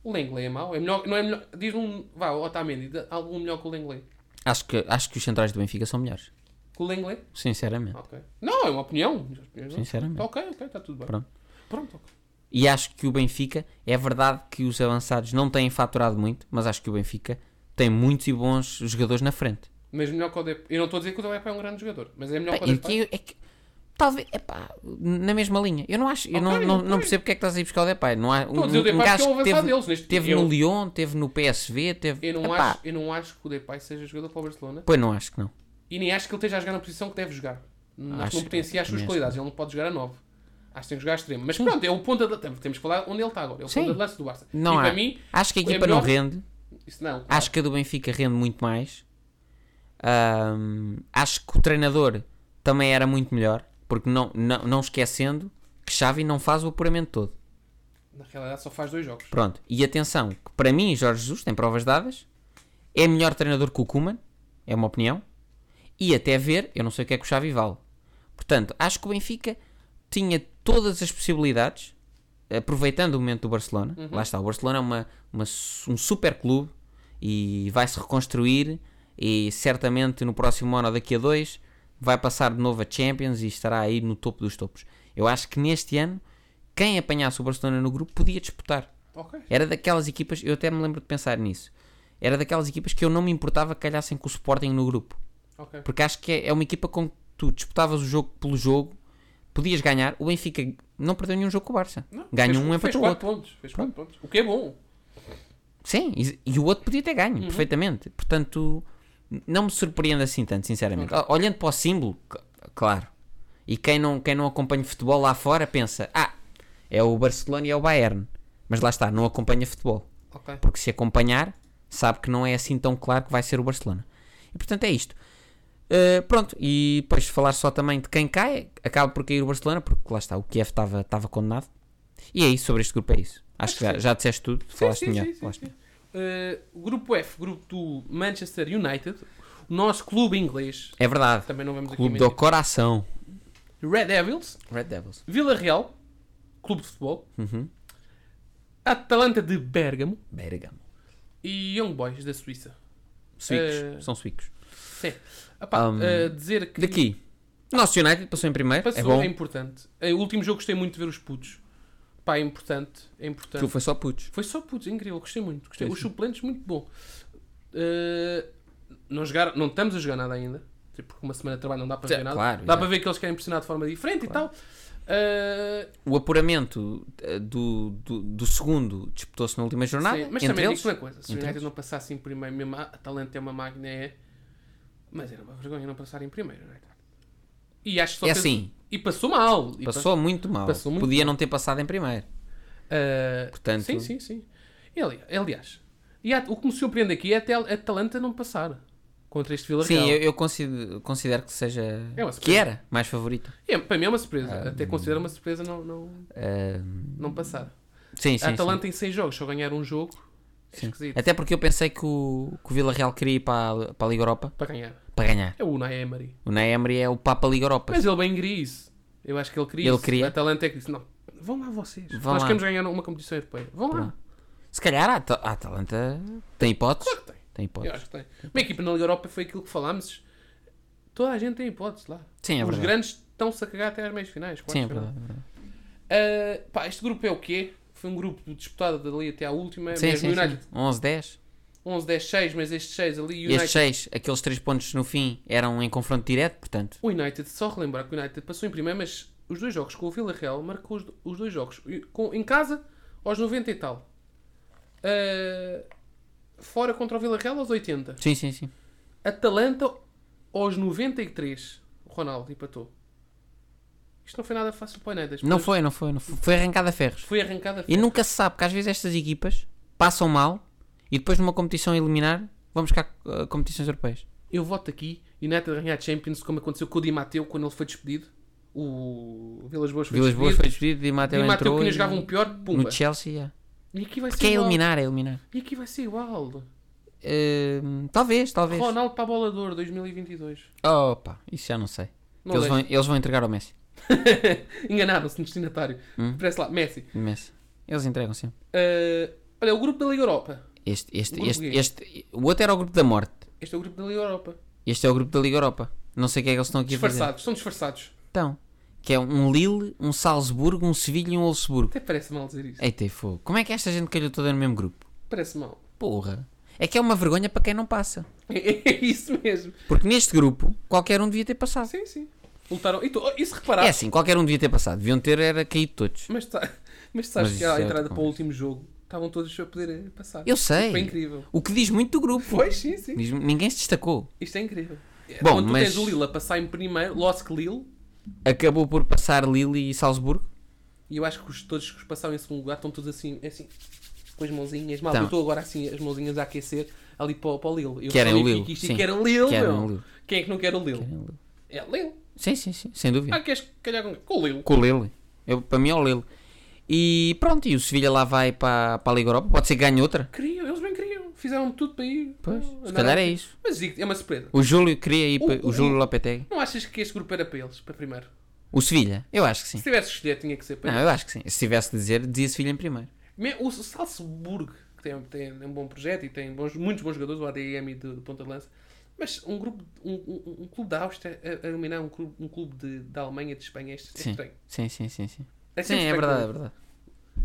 Speaker 3: O Lenglet é mau? É melhor, não é melhor, diz um, vá, o Otamendi, dá algum melhor que o Lenglet.
Speaker 2: Acho que, acho que os centrais do Benfica são melhores.
Speaker 3: Que o Lenglet?
Speaker 2: Sinceramente.
Speaker 3: Ok. Não, é uma opinião. As opiniões não-
Speaker 2: Sinceramente.
Speaker 3: Tá ok, ok, está tudo bem.
Speaker 2: Pronto.
Speaker 3: Pronto, ok.
Speaker 2: E acho que o Benfica, é verdade que os avançados não têm faturado muito, mas acho que o Benfica tem muitos e bons jogadores na frente.
Speaker 3: Mas melhor que o Depay. Eu não estou a dizer que o Depay é um grande jogador, mas é melhor
Speaker 2: Pá,
Speaker 3: que o
Speaker 2: e
Speaker 3: Depay.
Speaker 2: que, é que, talvez, epá, na mesma linha. Eu não acho, eu não,
Speaker 3: Ok,
Speaker 2: não,
Speaker 3: ok.
Speaker 2: não percebo porque é que estás a ir buscar o Depay. Não há, um,
Speaker 3: Estou a dizer o Depay porque é o avançado
Speaker 2: teve,
Speaker 3: deles. Neste...
Speaker 2: teve
Speaker 3: eu,
Speaker 2: no Lyon, teve no PSV, teve.
Speaker 3: eu, não
Speaker 2: epá,
Speaker 3: acho, eu não acho que o Depay seja jogador para o Barcelona
Speaker 2: Pois não acho que não.
Speaker 3: e nem acho que ele esteja a jogar na posição que deve jogar. Acho que
Speaker 2: Acho-
Speaker 3: não potencia as suas
Speaker 2: também acho
Speaker 3: qualidades. Ele não pode jogar a 9. Acho que tem que jogar extremo. Mas pronto, é o ponta de lança. Temos que falar onde ele está agora. É o
Speaker 2: Sim.
Speaker 3: ponta de lança do Barça.
Speaker 2: Não
Speaker 3: e
Speaker 2: há.
Speaker 3: para mim,
Speaker 2: Acho que a
Speaker 3: é
Speaker 2: equipa não
Speaker 3: melhor-
Speaker 2: rende.
Speaker 3: isso não.
Speaker 2: Acho que a do Benfica rende muito mais. Ahm, acho que o treinador também era muito melhor. Porque não, não, não esquecendo que Xavi não faz o apuramento todo.
Speaker 3: Na realidade só faz dois jogos.
Speaker 2: Pronto. E atenção, que para mim, Jorge Jesus, tem provas dadas, é melhor treinador que o Kuman, é uma opinião. E até ver, eu não sei o que é que o Xavi vale. Portanto, acho que o Benfica tinha todas as possibilidades, aproveitando o momento do Barcelona. Lá está, o Barcelona é uma, uma su- um super clube e vai-se reconstruir. E certamente no próximo ano ou daqui a dois vai passar de novo a Champions e estará aí no topo dos topos. Eu acho que neste ano, quem apanhasse o Barcelona no grupo podia disputar.
Speaker 3: Ok.
Speaker 2: Era daquelas equipas, eu até me lembro de pensar nisso. Era daquelas equipas que eu não me importava que calhassem com o Sporting no grupo.
Speaker 3: Ok.
Speaker 2: Porque acho que é, é uma equipa com que tu disputavas o jogo pelo jogo, podias ganhar. O Benfica não perdeu nenhum jogo com o Barça.
Speaker 3: Não,
Speaker 2: Ganhou
Speaker 3: fez-
Speaker 2: um,
Speaker 3: fez
Speaker 2: empatou o
Speaker 3: quatro
Speaker 2: outro.
Speaker 3: Pontos, fez quatro pontos. O que é bom.
Speaker 2: Sim, e, e o outro podia ter ganho,
Speaker 3: Uhum.
Speaker 2: perfeitamente. Portanto, não me surpreende assim tanto, sinceramente.
Speaker 3: Uhum.
Speaker 2: O- Olhando para o símbolo, c- claro. E quem não, quem não acompanha futebol lá fora pensa: ah, é o Barcelona e é o Bayern. Mas lá está, não acompanha futebol.
Speaker 3: Ok.
Speaker 2: Porque se acompanhar, sabe que não é assim tão claro que vai ser o Barcelona. E portanto é isto. Uh, pronto, e depois falar só também de quem cai, acaba por cair o Barcelona, porque lá está, o Kiev estava estava condenado. E é isso, sobre este grupo é isso. Acho que já, já disseste tudo, falaste melhor. falaste melhor.
Speaker 3: Eh, grupo F, grupo do Manchester United, o nosso clube inglês,
Speaker 2: É verdade.
Speaker 3: também não vamos
Speaker 2: Clube
Speaker 3: aqui
Speaker 2: do
Speaker 3: mentir.
Speaker 2: coração.
Speaker 3: Red Devils,
Speaker 2: Red Devils.
Speaker 3: Vila Real, clube de futebol,
Speaker 2: Uhum.
Speaker 3: Atalanta de Bérgamo
Speaker 2: Bergamo.
Speaker 3: e Young Boys da Suíça.
Speaker 2: Suicos.
Speaker 3: Eh,
Speaker 2: São suicos.
Speaker 3: Sim. Epá,
Speaker 2: Um,
Speaker 3: eh, dizer que
Speaker 2: Daqui. Nosso United passou em primeiro.
Speaker 3: passou
Speaker 2: é bom.
Speaker 3: é importante. Eh, o último jogo gostei muito de ver os putos. Pá, é importante, é importante.
Speaker 2: Aquilo foi só putos.
Speaker 3: Foi só putos, é incrível, gostei muito. Gostei.
Speaker 2: Sim,
Speaker 3: Os
Speaker 2: sim.
Speaker 3: suplentes, muito bom. Eh, não, jogar, não estamos a jogar nada ainda, tipo, porque uma semana de trabalho não dá para
Speaker 2: Sim,
Speaker 3: ver nada.
Speaker 2: claro,
Speaker 3: dá
Speaker 2: exato.
Speaker 3: para ver que eles querem pressionar de forma diferente e tal. Eh,
Speaker 2: O apuramento eh, do, do, do segundo disputou-se na última jornada.
Speaker 3: sim, mas
Speaker 2: entre
Speaker 3: também
Speaker 2: eles.
Speaker 3: digo-te uma coisa: se o
Speaker 2: Entre
Speaker 3: United
Speaker 2: eles.
Speaker 3: não passasse em primeiro, mesmo a Atalanta é uma máquina, é. Mas era uma vergonha não passar em primeiro, não é? E acho que só
Speaker 2: É
Speaker 3: fez-
Speaker 2: assim.
Speaker 3: E passou mal. E
Speaker 2: Passou muito mal.
Speaker 3: passou muito
Speaker 2: Podia não ter passado em primeiro.
Speaker 3: Uh,
Speaker 2: Portanto-
Speaker 3: Sim, sim, sim. E ali- aliás, e há- o que me surpreende aqui é até a Atalanta não passar contra este Vila
Speaker 2: Sim,
Speaker 3: Real.
Speaker 2: eu, eu considero, considero que seja.
Speaker 3: É uma
Speaker 2: que
Speaker 3: surpresa.
Speaker 2: era mais favorita.
Speaker 3: É, para mim é uma surpresa. até considero uma surpresa não, não,
Speaker 2: Ah,
Speaker 3: não passar.
Speaker 2: sim, sim.
Speaker 3: a
Speaker 2: sim.
Speaker 3: Atalanta em 6 jogos, só ganhar um jogo é
Speaker 2: Sim.
Speaker 3: esquisito.
Speaker 2: Até porque eu pensei que o, que o Vila Real queria ir para, a- para a Liga Europa
Speaker 3: Para ganhar.
Speaker 2: para ganhar.
Speaker 3: É o Unai Emery.
Speaker 2: O Ney Emery é o Papa Liga Europa.
Speaker 3: Mas ele bem queria isso. Eu acho que ele queria
Speaker 2: Ele
Speaker 3: isso.
Speaker 2: queria?
Speaker 3: A Atalanta é que disse, não, vão lá vocês.
Speaker 2: Vão
Speaker 3: Nós
Speaker 2: lá.
Speaker 3: queremos ganhar uma competição europeia. Vão lá.
Speaker 2: Se calhar a, Ata- a Atalanta tem hipóteses.
Speaker 3: Claro que tem.
Speaker 2: Tem
Speaker 3: Eu
Speaker 2: hipóteses.
Speaker 3: acho que tem. Uma equipa na Liga Europa foi aquilo que falámos. Toda a gente tem hipótese lá.
Speaker 2: Sim, é
Speaker 3: Os
Speaker 2: verdade.
Speaker 3: grandes estão-se a cagar até às meias finais.
Speaker 2: Sim, é
Speaker 3: quartas
Speaker 2: verdade. é verdade.
Speaker 3: finais. Ah, pá, este grupo é o quê? Foi um grupo disputado dali até à última.
Speaker 2: Sim,
Speaker 3: é mesmo
Speaker 2: sim,
Speaker 3: United
Speaker 2: sim. 11, 10.
Speaker 3: 11, 10, 6, mas estes 6 ali.
Speaker 2: E
Speaker 3: United,
Speaker 2: estes 6, aqueles 3 pontos no fim, eram em confronto direto, portanto.
Speaker 3: O United, só relembrar que o United passou em primeiro, mas os dois jogos com o Villarreal marcou os, os dois jogos e- com- em casa aos 90 e tal. Ah, fora contra o Villarreal aos 80.
Speaker 2: Sim, sim, sim.
Speaker 3: Atalanta aos 93. O Ronaldo empatou. Isto não foi nada fácil para o United.
Speaker 2: Não
Speaker 3: mas
Speaker 2: foi, não foi, não foi. Foi arrancada a ferros.
Speaker 3: Foi arrancada.
Speaker 2: E nunca se sabe, porque às vezes estas equipas passam mal e depois numa competição a eliminar, vamos cá eh, competições europeias.
Speaker 3: Eu voto aqui United ganhar a Champions, como aconteceu com o Di Matteo quando ele foi despedido. O Vilas Boas foi
Speaker 2: Vilas
Speaker 3: despedido.
Speaker 2: Boas foi despedido, Di Matteo
Speaker 3: Di Matteo
Speaker 2: entrou
Speaker 3: que ainda
Speaker 2: e...
Speaker 3: jogava um pior, pumba. Assim
Speaker 2: no Chelsea, yeah.
Speaker 3: E aqui vai
Speaker 2: Porque
Speaker 3: ser
Speaker 2: é
Speaker 3: igual.
Speaker 2: eliminar, é eliminar.
Speaker 3: E aqui vai ser igual.
Speaker 2: Eh, talvez, talvez.
Speaker 3: Ronaldo para a bola de Ouro 2022.
Speaker 2: Opa, isso já não sei.
Speaker 3: Não
Speaker 2: eles,
Speaker 3: deixa.
Speaker 2: vão, eles vão entregar ao Messi.
Speaker 3: Enganaram-se no destinatário.
Speaker 2: Hum?
Speaker 3: Parece lá, Messi.
Speaker 2: Messi. Eles entregam sempre.
Speaker 3: Ah, olha, o grupo da Liga Europa.
Speaker 2: Este, este,
Speaker 3: grupo
Speaker 2: este,
Speaker 3: gay.
Speaker 2: este- o outro era o grupo da morte.
Speaker 3: Este é o grupo da Liga Europa.
Speaker 2: Este é o grupo da Liga Europa. Não sei o que é que eles estão aqui a fazer.
Speaker 3: Disfarçados, são disfarçados.
Speaker 2: Então, que é um Lille, um Salzburgo, um Sevilha e um Wolfsburgo.
Speaker 3: Até parece mal dizer isso.
Speaker 2: Eita, e fogo. Como é que esta gente calhou toda no mesmo grupo?
Speaker 3: Parece mal.
Speaker 2: Porra. É que é uma vergonha para quem não passa.
Speaker 3: É, isso mesmo. Ah,
Speaker 2: Porque neste grupo, qualquer um devia ter passado.
Speaker 3: Sim, sim. Lutaram. E tu, oh, isso reparaste.
Speaker 2: É assim, qualquer um devia ter passado. Deviam ter era caído todos.
Speaker 3: Mas, tá, mas sabes
Speaker 2: Mas
Speaker 3: que à
Speaker 2: isso é
Speaker 3: entrada
Speaker 2: outra
Speaker 3: para o último jogo estavam todos a poder eh, passar.
Speaker 2: Eu sei.
Speaker 3: Foi incrível.
Speaker 2: O que diz muito do grupo.
Speaker 3: Pois, sim, sim.
Speaker 2: Diz- ninguém se destacou.
Speaker 3: Isto é incrível.
Speaker 2: Bom,
Speaker 3: Quando tu
Speaker 2: mas-
Speaker 3: tens o Lille a passar em primeiro, Losk Lille,
Speaker 2: Acabou por passar Lille e Salzburgo.
Speaker 3: E eu acho que os todos que os passaram em segundo lugar estão todos assim, assim com as mãozinhas. Mal,
Speaker 2: Estão.
Speaker 3: eu estou agora assim, as mãozinhas a aquecer ali para, o- para o Lil. Eu
Speaker 2: Querem o
Speaker 3: falei
Speaker 2: Lil,
Speaker 3: aqui isto e
Speaker 2: sim.
Speaker 3: Querem o Lil,
Speaker 2: Querem
Speaker 3: meu.
Speaker 2: o Lil.
Speaker 3: Quem é que não quer o Lil? É Lil.
Speaker 2: Sim, sim, sim, sem
Speaker 3: Ah,
Speaker 2: dúvida.
Speaker 3: queres calhar com Com o Lil.
Speaker 2: Com o Lele. Eu, para mim é o Lele. E pronto, e o Sevilha lá vai para, para a Liga Europa. Pode ser que ganhe outra.
Speaker 3: Queriam, eles bem queriam. Fizeram tudo para ir.
Speaker 2: Pois, se
Speaker 3: Andaram-
Speaker 2: calhar é isso.
Speaker 3: Mas digo-te, é uma surpresa.
Speaker 2: O Júlio queria ir
Speaker 3: O-
Speaker 2: para, o
Speaker 3: o-
Speaker 2: Júlio Lopetegui.
Speaker 3: Não achas que este grupo era para eles, para primeiro?
Speaker 2: O Sevilha? Eu acho que sim.
Speaker 3: Se tivesse de escolher, tinha que ser para
Speaker 2: Não, eu acho que sim. Se tivesse de dizer, dizia Sevilha em primeiro.
Speaker 3: Me- O Salzburgo, que tem, tem um bom projeto e tem bons- muitos bons jogadores, o ADM do, do Ponta de Lança, mas um, grupo, um, um- um clube da Áustria a, a eliminar um clube, um clube de, da Alemanha, de Espanha, é est- é
Speaker 2: Sim.
Speaker 3: estranho.
Speaker 2: Sim, sim, sim, sim.
Speaker 3: É
Speaker 2: Sim,
Speaker 3: sempre
Speaker 2: é
Speaker 3: estranho.
Speaker 2: verdade, é verdade.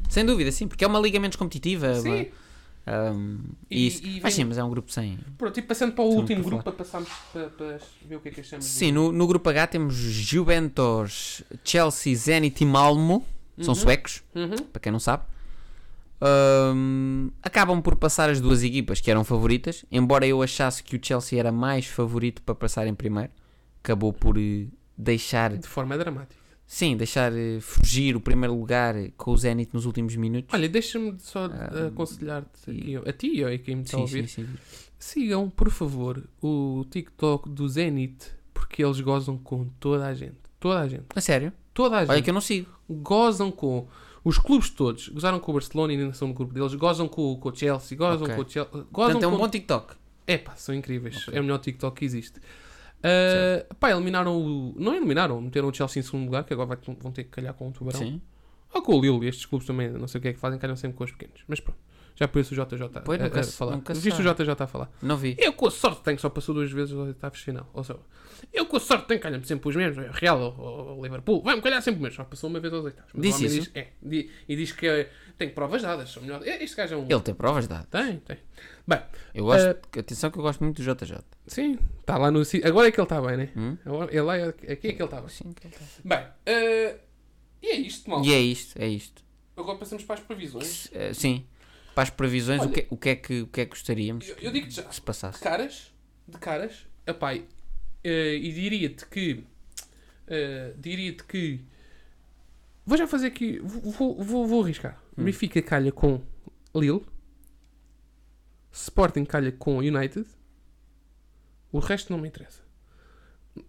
Speaker 2: Sem dúvida, sim, porque é uma liga menos competitiva.
Speaker 3: Sim,
Speaker 2: vá. Um,
Speaker 3: E-
Speaker 2: isso.
Speaker 3: e
Speaker 2: Mas
Speaker 3: vem-
Speaker 2: sim, mas é um grupo sem.
Speaker 3: pronto, e passando para o último
Speaker 2: por
Speaker 3: grupo, para passarmos para, para ver o que é que achamos.
Speaker 2: Sim, no, no grupo H temos Juventus, Chelsea, Zenit e Malmo. São suecos,
Speaker 3: Uhum.
Speaker 2: para quem não sabe. Ahm, acabam por passar as duas equipas que eram favoritas. Embora eu achasse que o Chelsea era mais favorito para passar em primeiro, acabou por eh, deixar
Speaker 3: De forma dramática.
Speaker 2: Sim, deixar eh, fugir o primeiro lugar eh, com o Zenit nos últimos minutos.
Speaker 3: Olha, deixa-me só eh, aconselhar-te aqui, a ti e a quem me está a
Speaker 2: Ah, sim,
Speaker 3: ouvir.
Speaker 2: sim, sim.
Speaker 3: Sigam, por favor, o TikTok do Zenit, porque eles gozam com toda a gente. Toda a gente.
Speaker 2: A sério?
Speaker 3: Toda a gente.
Speaker 2: Olha que eu não sigo.
Speaker 3: gozam com os clubes todos, gozaram com o Barcelona e ainda são no grupo deles, gozam com, com o Chelsea, gozam
Speaker 2: Ok.
Speaker 3: com o Chelsea, gozam
Speaker 2: Portanto, é um
Speaker 3: com...
Speaker 2: bom TikTok.
Speaker 3: Epá, são incríveis, é o melhor TikTok que existe. Uh, pá, eliminaram o... Não eliminaram, meteram o Chelsea em segundo lugar, que agora vai- vão ter que calhar com o Tubarão.
Speaker 2: Sim.
Speaker 3: Ou com o Lille, estes clubes também, não sei o que é que fazem, calham sempre com os pequenos. Mas pronto, já por isso o JJ
Speaker 2: Pois,
Speaker 3: a,
Speaker 2: nunca
Speaker 3: a
Speaker 2: se-
Speaker 3: falar.
Speaker 2: nunca se
Speaker 3: Viste o
Speaker 2: sabe.
Speaker 3: JJ a falar?
Speaker 2: Não vi.
Speaker 3: Eu com a sorte tenho, só passou duas vezes aos oitavos de final. Ou seja, eu com a sorte tenho, calha-me sempre os mesmos, o Real ou- ou, ou Liverpool, vai-me calhar sempre os mesmos, só passou uma vez aos oitavos. Mas
Speaker 2: Disse
Speaker 3: o homem
Speaker 2: isso?
Speaker 3: Diz, é, di- e diz que é, tem provas dadas, são melhores. É, Este gajo é um.
Speaker 2: Ele tem provas dadas.
Speaker 3: Tem, tem. Bem,
Speaker 2: Eu gosto. Atenção que eu gosto muito do JJ.
Speaker 3: sim, está lá no. si- Agora é que ele está bem, né?
Speaker 2: Hum?
Speaker 3: Agora, ele lá é, aqui é que ele está bem.
Speaker 2: Sim, que ele tem.
Speaker 3: Bem, eh, e é isto, mal.
Speaker 2: E é isto, é isto.
Speaker 3: Agora passamos para as previsões.
Speaker 2: Eh, Sim. Para as previsões, o que, o, que é que, o que é que gostaríamos
Speaker 3: Eu, eu digo-te já,
Speaker 2: que se
Speaker 3: De
Speaker 2: passasse?
Speaker 3: caras, de caras, apai, eh, e diria-te que. eh, diria-te que. Vou já fazer aqui. Vou, vou- vou, vou arriscar. Benfica calha com Lille. Sporting calha com United. O resto não me interessa.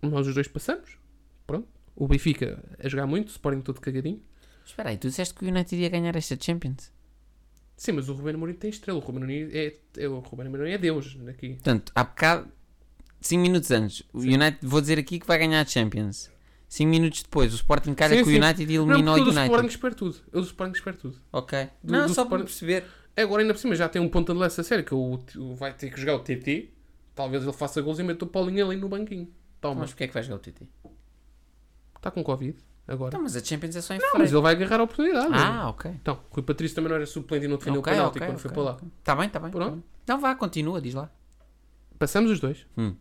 Speaker 3: Nós os dois passamos. Pronto. O Benfica a jogar muito, o Sporting todo cagadinho.
Speaker 2: Espera aí, tu disseste que o United ia ganhar esta Champions.
Speaker 3: Sim, mas o Ruben Amorim tem estrela. O Ruben Amorim é, é, o Ruben Amorim é Deus aqui.
Speaker 2: Portanto, há bocado, 5 minutos antes, o United, vou dizer aqui que vai ganhar a Champions. 5 minutos depois, o Sporting cara
Speaker 3: Sim,
Speaker 2: com o
Speaker 3: sim.
Speaker 2: United e
Speaker 3: Não,
Speaker 2: eliminou o
Speaker 3: porque eu do Sporting
Speaker 2: é United.
Speaker 3: espero tudo. Eu do Sporting espero tudo.
Speaker 2: Ok.
Speaker 3: Do-
Speaker 2: Não,
Speaker 3: do
Speaker 2: só para
Speaker 3: Sporting-
Speaker 2: perceber.
Speaker 3: Agora ainda por cima já tem um ponta de lança sério que o, o- vai ter que jogar o TT. Talvez ele faça gols e meta o Paulinho ali no banquinho. Toma,
Speaker 2: Mas porquê é que vai jogar o Titi?
Speaker 3: está com Covid agora.
Speaker 2: Então, mas a Champions é só em
Speaker 3: Não, mas
Speaker 2: fevereiro.
Speaker 3: ele vai agarrar a oportunidade.
Speaker 2: Ah, ok.
Speaker 3: Então, Rui Patrício também não era suplente e não defendeu
Speaker 2: Ok,
Speaker 3: o penalti
Speaker 2: ok,
Speaker 3: quando foi
Speaker 2: ok,
Speaker 3: para lá.
Speaker 2: ok. Tá bem, tá bem.
Speaker 3: Pronto.
Speaker 2: tá bem. Então vá, continua, diz lá.
Speaker 3: Passamos os dois.
Speaker 2: Hum.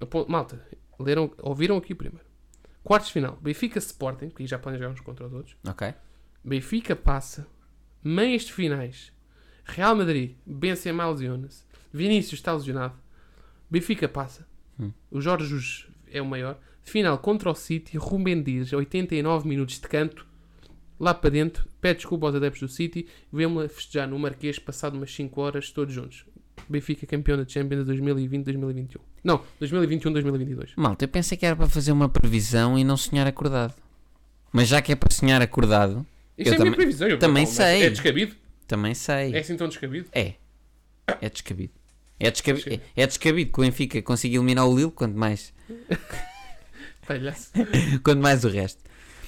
Speaker 3: A pon- Malta, leram, ouviram aqui primeiro. Quartos de final. Benfica Sporting, que já podem jogar uns contra os outros.
Speaker 2: Ok.
Speaker 3: Benfica passa. Meias de finais. Real Madrid, Benzema lesiona-se. Vinícius está lesionado. Benfica passa.
Speaker 2: Hum.
Speaker 3: O Jorge Jesus é o maior. Final contra o City, Rubem Dias, 89 minutos de canto. Lá para dentro, pede desculpa aos adeptos do City. Vemo-la festejar no Marquês, passado umas 5 horas, todos juntos. Benfica campeão da Champions 2020-2021. Não, 2021-2022.
Speaker 2: Malta, eu pensei que era para fazer uma previsão e não sonhar acordado. Mas já que é para sonhar acordado,
Speaker 3: Isto
Speaker 2: Eu
Speaker 3: é a minha
Speaker 2: também-
Speaker 3: previsão. eu-
Speaker 2: também
Speaker 3: mas
Speaker 2: sei.
Speaker 3: É descabido?
Speaker 2: também sei.
Speaker 3: É assim tão descabido?
Speaker 2: É. É descabido. É descabido, é, é descabido que o Benfica consiga eliminar o Lille, quanto mais,
Speaker 3: Palhaço.
Speaker 2: quanto mais o resto.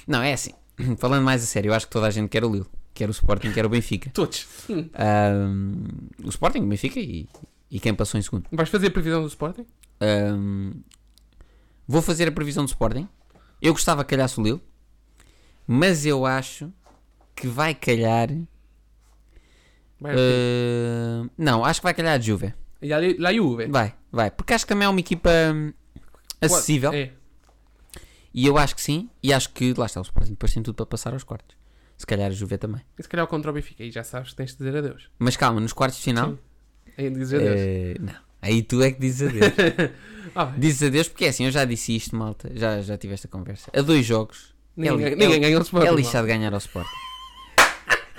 Speaker 2: Não, é assim. Falando mais a sério, eu acho que toda a gente quer o Lille. Quer o Sporting, quer o Benfica.
Speaker 3: Todos.
Speaker 2: Ahm, o Sporting, o Benfica e, e quem passou em segundo.
Speaker 3: Vais fazer a previsão do Sporting?
Speaker 2: Ahm, vou fazer a previsão do Sporting. Eu gostava que calhasse o Lille, mas eu acho que vai calhar.
Speaker 3: Vai
Speaker 2: Eh, ahm, não, acho que vai calhar a Juve.
Speaker 3: E ali, la Juve.
Speaker 2: Vai, vai. Porque acho que também é uma equipa hum, acessível.
Speaker 3: É.
Speaker 2: E eu acho que sim. E acho que lá está o Sporting. Depois tem tudo para passar aos quartos. Se calhar a Juve também.
Speaker 3: E se calhar contra o Benfica. E já sabes que tens de dizer adeus.
Speaker 2: Mas calma, nos quartos de final.
Speaker 3: Aí dizes adeus.
Speaker 2: eh, não. Aí tu é que dizes adeus.
Speaker 3: Ah, bem.
Speaker 2: dizes adeus porque é assim. Eu já disse isto, malta. Já, já tive esta conversa. A dois jogos. é
Speaker 3: ninguém,
Speaker 2: li-
Speaker 3: ninguém
Speaker 2: é-
Speaker 3: ganhou o Sporting.
Speaker 2: É
Speaker 3: mal.
Speaker 2: lixado ganhar ao Sporting. não,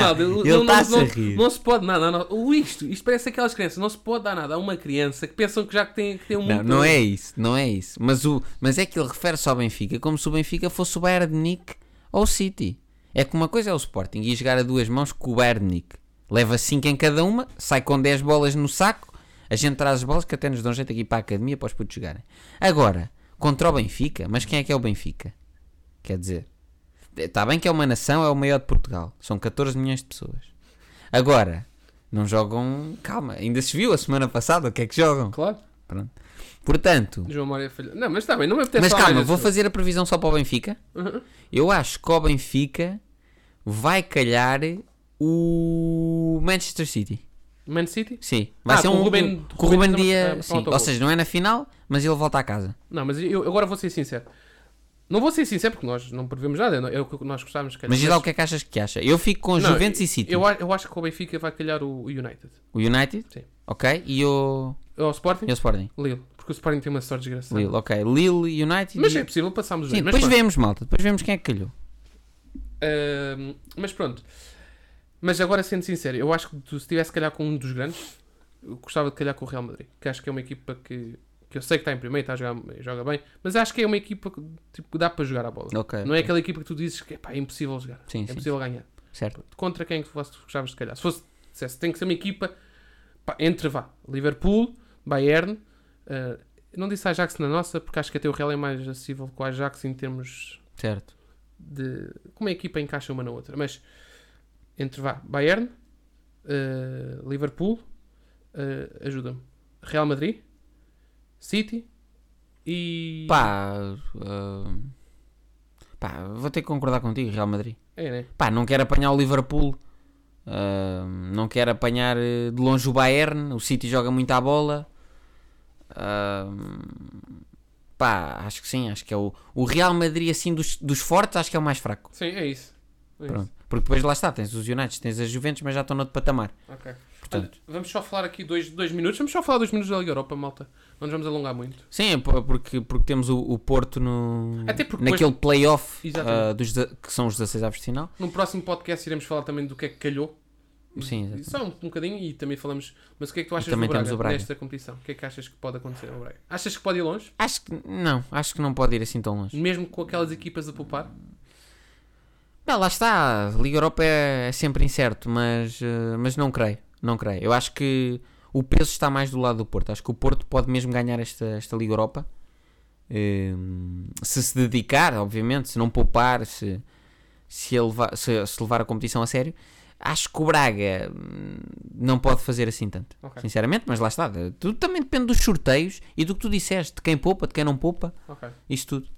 Speaker 3: Ronaldo,
Speaker 2: Ah, ele
Speaker 3: não,
Speaker 2: está-se
Speaker 3: não-
Speaker 2: a rir.
Speaker 3: não se pode nada. Não, não. Isto, isto parece aquelas crianças. Não se pode dar nada a uma criança que pensam que já que tem, que tem um
Speaker 2: Não,
Speaker 3: mundo
Speaker 2: não é isso, não é isso. Mas, o, mas é que ele refere-se ao Benfica como se o Benfica fosse o Bayern de Munique ou o City. É que uma coisa é o Sporting e jogar a duas mãos com o Bayern de Munique. Leva 5 em cada uma, sai com 10 bolas no saco, a gente traz as bolas que até nos dão jeito aqui para a academia para os putos jogarem. Agora, contra o Benfica, mas quem é que é o Benfica? Quer dizer, está bem que é uma nação, é o maior de Portugal. São 14 milhões de pessoas. Agora, não jogam... Calma, ainda se viu a semana passada o que é que jogam.
Speaker 3: Claro.
Speaker 2: Pronto. Portanto,
Speaker 3: João Mário falhou. Não, mas está bem, não me apetece
Speaker 2: mas
Speaker 3: falar
Speaker 2: calma,
Speaker 3: mais
Speaker 2: vou
Speaker 3: deste
Speaker 2: fazer a previsão só para o Benfica.
Speaker 3: jogo. Uhum.
Speaker 2: Eu acho que ao Benfica vai calhar o Manchester City.
Speaker 3: Man City?
Speaker 2: Sim, vai
Speaker 3: Ah,
Speaker 2: ser
Speaker 3: com
Speaker 2: um
Speaker 3: o Ruben-
Speaker 2: com o Ruben
Speaker 3: Ruben também-
Speaker 2: Dia.
Speaker 3: ah,
Speaker 2: sim.
Speaker 3: pronto,
Speaker 2: Ou
Speaker 3: gol.
Speaker 2: seja, não é na final, mas ele volta a casa.
Speaker 3: Não, mas eu agora vou ser sincero. Não vou ser sincero porque nós não prevemos nada. É o que nós gostávamos que
Speaker 2: Mas diz lá o que é que achas que acha? Eu fico com
Speaker 3: Não,
Speaker 2: Juventus e City.
Speaker 3: Eu, a- eu acho que o Benfica vai calhar o o United.
Speaker 2: O United,
Speaker 3: Sim.
Speaker 2: ok? E o,
Speaker 3: Ou o Sporting?
Speaker 2: e o Sporting.
Speaker 3: Lille. Porque o Sporting tem uma sorte desgraçada.
Speaker 2: Lille, ok. Lille, United.
Speaker 3: Mas
Speaker 2: e-
Speaker 3: é possível, passámos os
Speaker 2: Sim,
Speaker 3: dois. Mas
Speaker 2: depois
Speaker 3: pronto.
Speaker 2: vemos, malta. Depois vemos quem é que calhou.
Speaker 3: Ahm, mas pronto. Mas agora, sendo sincero, eu acho que tu, se tivesse calhar com um dos grandes, eu gostava de calhar com o Real Madrid. Que acho que é uma equipa que, que eu sei que está em primeiro, está a jogar, joga bem. Mas acho que é uma equipa que tipo, dá para jogar a bola.
Speaker 2: Ok.
Speaker 3: Não é aquela equipa que tu dizes que epá, é impossível jogar.
Speaker 2: Sim,
Speaker 3: é
Speaker 2: sim,
Speaker 3: impossível ganhar.
Speaker 2: Certo.
Speaker 3: Contra quem que fosse- gostavas de calhar? Se fosse, dissesse, tem que ser uma equipa pá, entre vá, Liverpool, Bayern. ah, não disse Ajax na nossa, porque acho que até o Real é mais acessível que o Ajax em termos
Speaker 2: Certo.
Speaker 3: de como a equipa encaixa uma na outra. Mas entre vá, Bayern, ah, Liverpool, ah, ajuda-me, Real Madrid, City e.
Speaker 2: Pá, ah, pá, vou ter que concordar contigo, Real Madrid.
Speaker 3: É, né?
Speaker 2: Pá, não quero apanhar o Liverpool, ah, não quero apanhar eh, de longe o Bayern, o City joga muito à bola. Ah, pá, acho que sim, acho que é o, o Real Madrid, assim, dos, dos fortes, acho que é o mais fraco.
Speaker 3: Sim, é isso. É isso.
Speaker 2: Pronto. Porque depois lá está, tens os United, tens as Juventus, mas já estão noutro patamar.
Speaker 3: Ok.
Speaker 2: Portanto,
Speaker 3: Olha, vamos só falar aqui dois, dois minutos. Vamos só falar dois minutos da Liga Europa, malta. Não nos vamos alongar muito.
Speaker 2: Sim, é po- porque, porque temos o, o Porto no,
Speaker 3: Até porque
Speaker 2: naquele playoff
Speaker 3: Exatamente.
Speaker 2: ah, dos de- que são os 16 avos de final.
Speaker 3: No próximo podcast iremos falar também do que é que calhou.
Speaker 2: Sim,
Speaker 3: E
Speaker 2: exatamente.
Speaker 3: Só um, um bocadinho e também falamos. Mas o que é que tu achas do
Speaker 2: também temos
Speaker 3: Braga,
Speaker 2: o Braga.
Speaker 3: nesta competição? O que é que achas que pode acontecer ao Braga? Achas que pode ir longe?
Speaker 2: Acho que não, acho que não pode ir assim tão longe.
Speaker 3: Mesmo com aquelas equipas a poupar?
Speaker 2: Não, lá está, a Liga Europa é, é sempre incerto, mas, eh, mas não creio, não creio. Eu acho que o peso está mais do lado do Porto. Acho que o Porto pode mesmo ganhar esta, esta Liga Europa. Eh, se se dedicar, obviamente, se não poupar, se, se, ele va- se- se levar a competição a sério. Acho que o Braga hum, não pode fazer assim tanto,
Speaker 3: Ok.
Speaker 2: sinceramente, mas lá está. Tudo também depende dos sorteios e do que tu disseste, de quem poupa, de quem não poupa,
Speaker 3: Ok.
Speaker 2: isso tudo.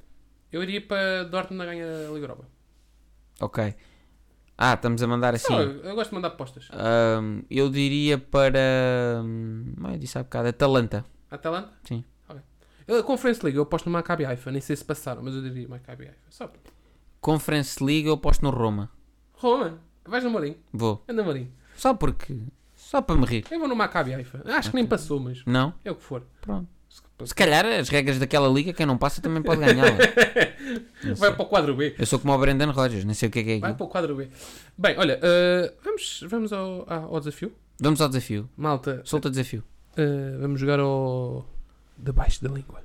Speaker 3: Eu iria para Dortmund a ganhar a Liga Europa.
Speaker 2: Ok. Ah, estamos a mandar assim.
Speaker 3: Não, eu, eu gosto de mandar apostas.
Speaker 2: Ahm, eu diria para. hum, ah, eu disse há bocado, Atalanta.
Speaker 3: Atalanta?
Speaker 2: Sim.
Speaker 3: Ok. Eu, a Conference League, eu aposto no Maccabi Haifa. Nem sei se passaram, mas eu diria Maccabi Haifa. Só. para-
Speaker 2: Conference League, eu aposto no Roma.
Speaker 3: Roma, vais no Marinho.
Speaker 2: Vou.
Speaker 3: Anda Marinho.
Speaker 2: Só porque. Só para me rir.
Speaker 3: Eu vou no Maccabi Haifa. Acho que nem passou, mas
Speaker 2: Não?
Speaker 3: é o que for.
Speaker 2: Pronto. Se calhar as regras daquela liga, quem não passa também pode ganhar.
Speaker 3: Vai para o quadro B.
Speaker 2: Eu sou como o Brandon Rogers, não sei o que é que é
Speaker 3: Vai
Speaker 2: aquilo.
Speaker 3: para o quadro B. Bem, olha, eh, vamos, vamos ao, a- ao desafio.
Speaker 2: Vamos ao desafio.
Speaker 3: Malta,
Speaker 2: Solta o desafio.
Speaker 3: eh, vamos jogar ao. debaixo da língua.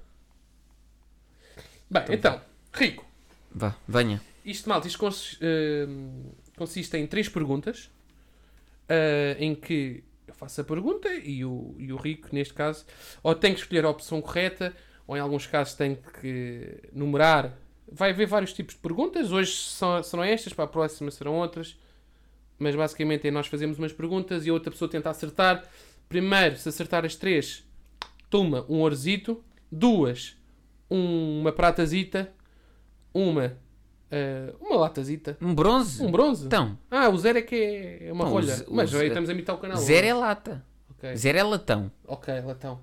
Speaker 3: Bem, então, Rico,
Speaker 2: Vá, venha.
Speaker 3: isto, malta, isto consi- eh, consiste em três perguntas. eh, em que eu faço a pergunta e o, e o Rico, neste caso, ou tem que escolher a opção correta, ou em alguns casos tem que numerar. Vai haver vários tipos de perguntas. Hoje são, serão é estas, para a próxima serão outras. Mas basicamente é nós fazemos umas perguntas e a outra pessoa tenta acertar. Primeiro, se acertar as três, toma um orzito. Duas, um- uma pratazita. Uma, eh, uma latazita.
Speaker 2: Um bronze?
Speaker 3: Um bronze.
Speaker 2: Então,
Speaker 3: Ah, o zero é que é uma
Speaker 2: Não, o
Speaker 3: rolha.
Speaker 2: ze- o
Speaker 3: Mas aí
Speaker 2: ze-
Speaker 3: estamos a imitar o canal.
Speaker 2: zero é lata.
Speaker 3: Ok,
Speaker 2: Zero é latão.
Speaker 3: ok, latão.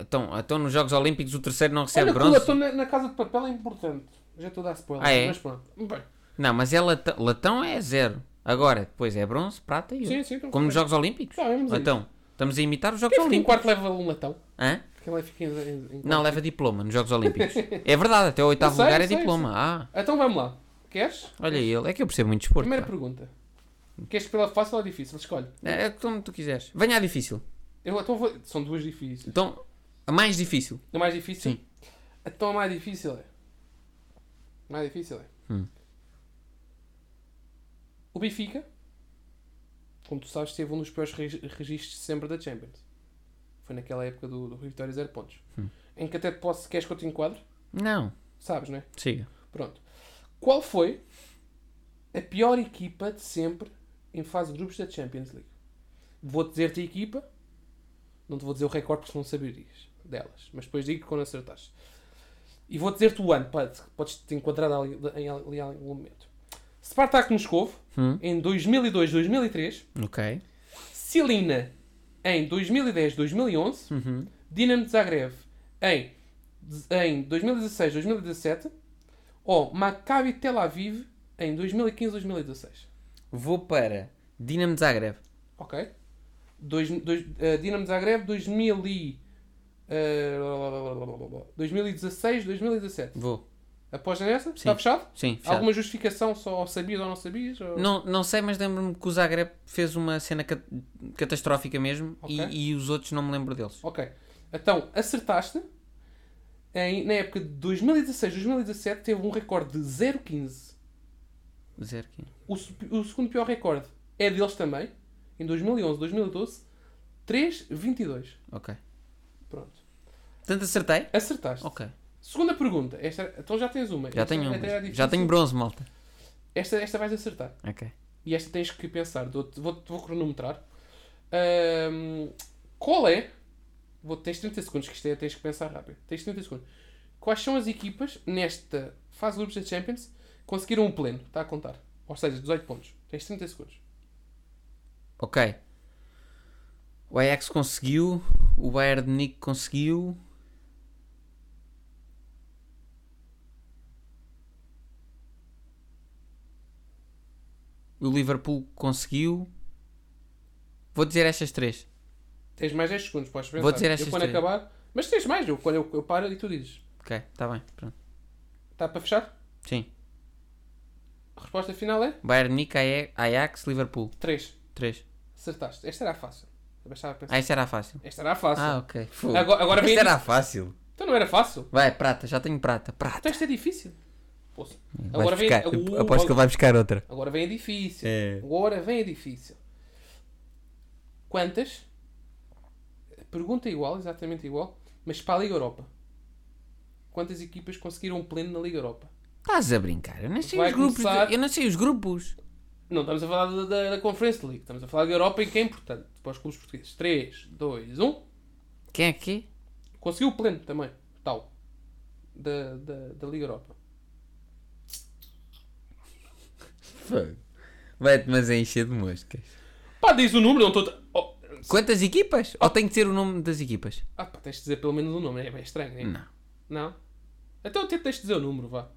Speaker 2: Então, então nos Jogos Olímpicos o terceiro não recebe
Speaker 3: Olha que o
Speaker 2: é bronze?
Speaker 3: latão na, na casa de papel é importante. Já estou a dar spoiler,
Speaker 2: Ah, é?
Speaker 3: mas pronto. Bem,
Speaker 2: Não, mas é latão. Latão é zero. Agora, depois é bronze, prata e ouro.
Speaker 3: sim, sim. então
Speaker 2: Como nos
Speaker 3: foi.
Speaker 2: Jogos Olímpicos?
Speaker 3: Tá, vamos a isso.
Speaker 2: Então, estamos a imitar os Jogos
Speaker 3: Quem fica em
Speaker 2: Olímpicos.
Speaker 3: quarto leva um latão?
Speaker 2: Hã?
Speaker 3: Quem lá fica em, em- em quarto?
Speaker 2: Não, leva diploma nos Jogos Olímpicos. é verdade, até o oitavo
Speaker 3: sei,
Speaker 2: lugar é
Speaker 3: sei,
Speaker 2: diploma. Ah,
Speaker 3: Então vamos lá. Queres?
Speaker 2: Olha ele, é que eu percebo muito de desporto.
Speaker 3: Primeira
Speaker 2: pá.
Speaker 3: pergunta. Queres pela fácil ou difícil? Escolhe.
Speaker 2: É, é como tu quiseres. Venha à difícil.
Speaker 3: Eu, então vou- São duas difíceis.
Speaker 2: Então, a mais difícil.
Speaker 3: A é mais difícil?
Speaker 2: Sim.
Speaker 3: Então a mais difícil é. A mais difícil é.
Speaker 2: Hum.
Speaker 3: O Benfica, como tu sabes, teve um dos piores regi- registros de sempre da Champions. Foi naquela época do, do Rui Vitória 0 pontos.
Speaker 2: Hum.
Speaker 3: Em que até posso. Queres que eu te enquadre?
Speaker 2: Não,
Speaker 3: Sabes, não é?
Speaker 2: siga.
Speaker 3: Pronto. Qual foi a pior equipa de sempre em fase de grupos da Champions League? Vou dizer-te a equipa, não te vou dizer o recorde porque não saberias delas, mas depois digo quando acertares. E vou dizer-te o ano, pode, podes te enquadrar ali, em, ali em algum momento. Spartak Moscovo,
Speaker 2: Hum.
Speaker 3: em 2002-2003.
Speaker 2: Ok.
Speaker 3: Cilina, em 2010-2011.
Speaker 2: Uhum.
Speaker 3: Dinamo de Zagreb em, em 2016-2017 ou Maccabi Tel Aviv em 2015-2016.
Speaker 2: Vou para Dinamo de Zagreb.
Speaker 3: Ok? Dois, dois, eh, Dinamo de Zagreb 2000 e, eh, 2016-2017.
Speaker 2: Vou.
Speaker 3: Aposta nessa? Está fechado?
Speaker 2: Sim, fechado.
Speaker 3: Alguma justificação só ou sabias ou não sabias? Ou...
Speaker 2: Não, não sei, mas lembro-me que o Zagreb fez uma cena cat- catastrófica mesmo e-
Speaker 3: Ok.
Speaker 2: e, os outros não me lembro deles.
Speaker 3: Ok. Então, acertaste. Em, na época de 2016-2017 teve um recorde de 0,15.
Speaker 2: Zero aqui.
Speaker 3: O, se- o segundo pior recorde é deles também, em 2011, 2012, 3,22.
Speaker 2: Ok.
Speaker 3: Pronto.
Speaker 2: Portanto, acertei?
Speaker 3: Acertaste.
Speaker 2: Ok.
Speaker 3: Segunda pergunta. Esta, então já tens uma.
Speaker 2: Já
Speaker 3: Esta
Speaker 2: tenho
Speaker 3: até era
Speaker 2: um.
Speaker 3: difícil.
Speaker 2: Já tenho bronze, malta.
Speaker 3: Esta, esta vais acertar.
Speaker 2: Ok.
Speaker 3: E esta tens que pensar. Dou-te- Vou, vou cronometrar. Ahm, qual é... Vou, tens 30 segundos, que isto é, tens que pensar rápido. Tens 30 segundos. Quais são as equipas, nesta fase de grupos da Champions, que conseguiram um pleno? Está a contar. Ou seja, 18 pontos. Tens 30 segundos.
Speaker 2: Ok. O Ajax conseguiu. O Bayern de Munique conseguiu. O Liverpool conseguiu. Vou dizer estas três.
Speaker 3: Tens mais 10 segundos, podes pensar.
Speaker 2: Vou dizer
Speaker 3: eu
Speaker 2: estas
Speaker 3: quando
Speaker 2: três.
Speaker 3: acabar. Mas tens mais, eu, quando eu, eu paro e tu dizes.
Speaker 2: Ok, está bem. Pronto.
Speaker 3: Está para fechar?
Speaker 2: Sim.
Speaker 3: A resposta final é
Speaker 2: Bayern de Munique, Aja- Ajax, Liverpool.
Speaker 3: 3.
Speaker 2: Três.
Speaker 3: Acertaste. Esta era fácil. Eu baixava a pensar.
Speaker 2: Ah, esta era fácil.
Speaker 3: Esta era fácil.
Speaker 2: Ah, ok. Fogo.
Speaker 3: Agora- agora vem
Speaker 2: Esta
Speaker 3: a
Speaker 2: era fácil.
Speaker 3: Então não era fácil.
Speaker 2: Vai, prata. Já tenho prata. Prata.
Speaker 3: Então isto é difícil. Poxa.
Speaker 2: Vai
Speaker 3: Agora vem,
Speaker 2: buscar.
Speaker 3: uh,
Speaker 2: Aposto que ele vai buscar outra.
Speaker 3: agora vem a difícil.
Speaker 2: É.
Speaker 3: Agora vem a difícil. Quantas? Pergunta igual, exatamente igual, mas para a Liga Europa. Quantas equipas conseguiram um pleno na Liga Europa?
Speaker 2: Estás a brincar? Eu não sei
Speaker 3: Vai
Speaker 2: os grupos. de-
Speaker 3: começar-
Speaker 2: Eu não sei os grupos.
Speaker 3: Não estamos a falar da, da, da Conference League, estamos a falar da Europa e que é importante para os clubes portugueses. 3, 2, 1.
Speaker 2: Quem é que
Speaker 3: Conseguiu o pleno também, tal, da, da, da Liga Europa.
Speaker 2: é? Vai-te, mas é encher de moscas.
Speaker 3: Pá, diz o número, não estou. Oh.
Speaker 2: Quantas equipas? Ou tem que ser o nome das equipas?
Speaker 3: Ah, pá, tens de dizer pelo menos o número, é bem estranho, né?
Speaker 2: Não.
Speaker 3: Não? Então até tens de dizer o número, vá.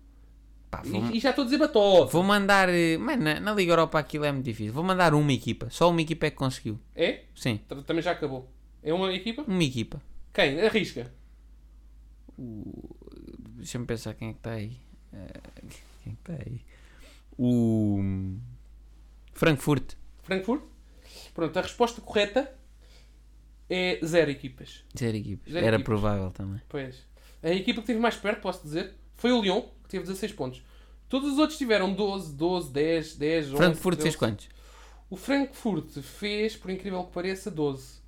Speaker 2: Pá, vou,
Speaker 3: E, e já estou a dizer bató.
Speaker 2: vou mandar. eh, Mano, na, na Liga Europa aquilo é muito difícil. Vou mandar uma equipa. Só uma equipa é que conseguiu.
Speaker 3: É?
Speaker 2: Sim,
Speaker 3: T- Também já acabou. É uma equipa?
Speaker 2: uma equipa.
Speaker 3: Quem? Arrisca.
Speaker 2: Deixa-me pensar quem é que está aí. Eh, Quem é que está aí? O. Frankfurt.
Speaker 3: Frankfurt? Pronto, a resposta correta é zero equipas.
Speaker 2: Zero equipas.
Speaker 3: Zero
Speaker 2: Era
Speaker 3: equipas.
Speaker 2: provável também.
Speaker 3: Pois. A equipa que esteve mais perto, posso dizer, foi o Lyon, que teve 16 pontos. Todos os outros tiveram 12, 12, 10, 10, 11.
Speaker 2: Frankfurt fez
Speaker 3: 12.
Speaker 2: quantos?
Speaker 3: O Frankfurt fez, por incrível que pareça, 12.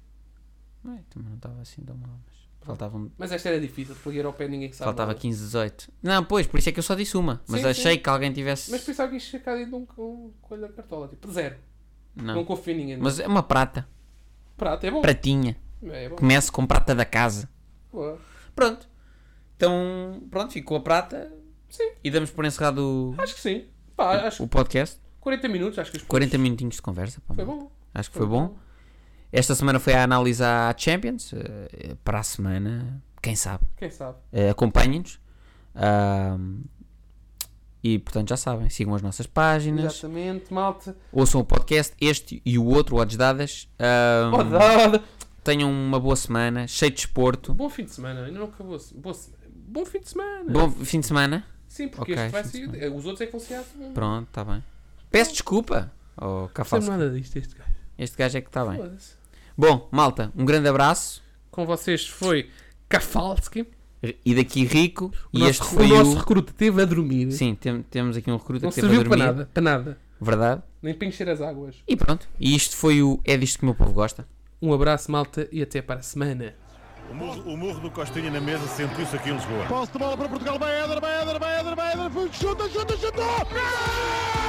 Speaker 2: Não, também não estava assim tão mal, mas faltavam
Speaker 3: Mas esta era difícil, porque era ao pé ninguém sabe.
Speaker 2: Faltava
Speaker 3: nada.
Speaker 2: 15, 18. Não, pois, por isso é que eu só disse uma. Mas
Speaker 3: Tá Sim,
Speaker 2: achei
Speaker 3: sim.
Speaker 2: que alguém tivesse.
Speaker 3: Mas pensava que isto tinha caído um co- coelho da cartola, tipo, zero. Não,
Speaker 2: não.
Speaker 3: confio em ninguém.
Speaker 2: Mas é uma prata.
Speaker 3: Prato, é bom.
Speaker 2: Pratinha.
Speaker 3: É, é bom.
Speaker 2: Começo com prata da casa.
Speaker 3: Boa.
Speaker 2: Pronto. Então, pronto, ficou a prata.
Speaker 3: Sim.
Speaker 2: E damos por encerrado o,
Speaker 3: Acho que sim. Pá, acho
Speaker 2: o podcast.
Speaker 3: que 40 minutos, acho que os
Speaker 2: 40 minutinhos de conversa. pá,
Speaker 3: foi
Speaker 2: malta.
Speaker 3: bom.
Speaker 2: Acho que foi bom. Esta semana foi a análise à Champions. Eh, Para a semana, quem sabe.
Speaker 3: Quem sabe?
Speaker 2: Eh, Acompanhem-nos. Ahm, e portanto já sabem, sigam as nossas páginas.
Speaker 3: Exatamente, malta.
Speaker 2: ouçam o podcast, este e o outro, Odds Dadas. Ahm,
Speaker 3: Rodada.
Speaker 2: Tenham uma boa semana, cheio de desporto.
Speaker 3: Bom fim de semana, ainda não acabou. Boa semana. Bom fim de semana.
Speaker 2: Bom fim de semana.
Speaker 3: Sim, porque
Speaker 2: Ok,
Speaker 3: este vai
Speaker 2: sim,
Speaker 3: sair.
Speaker 2: sim.
Speaker 3: eh, Os outros é que vão ser assim. Não
Speaker 2: Pronto, está bem. Peço desculpa. Oh,
Speaker 3: percebo
Speaker 2: Cafalso.
Speaker 3: nada disto, este gajo.
Speaker 2: Este gajo é que está bem.
Speaker 3: Foda-se.
Speaker 2: Bom, malta, um grande abraço.
Speaker 3: Com vocês foi Kafalski.
Speaker 2: E daqui Rico.
Speaker 3: O
Speaker 2: e
Speaker 3: nosso,
Speaker 2: este
Speaker 3: o
Speaker 2: foi
Speaker 3: nosso
Speaker 2: o.
Speaker 3: recruta teve a dormir.
Speaker 2: Sim, tem- temos aqui um recruta
Speaker 3: não
Speaker 2: que teve a
Speaker 3: serviu para
Speaker 2: dormir.
Speaker 3: nada, para nada.
Speaker 2: Verdade.
Speaker 3: Nem para encher as águas.
Speaker 2: E pronto. E isto foi o É disto que o meu povo gosta.
Speaker 3: Um abraço, malta, e até para a semana.
Speaker 1: O murro, o murro do Costinha na mesa sentiu-se aqui em Lisboa.
Speaker 4: Posse de bola para Portugal. Vai Éder, vai Éder, vai Éder, vai Éder. Chuta, chuta, chuta. Gol!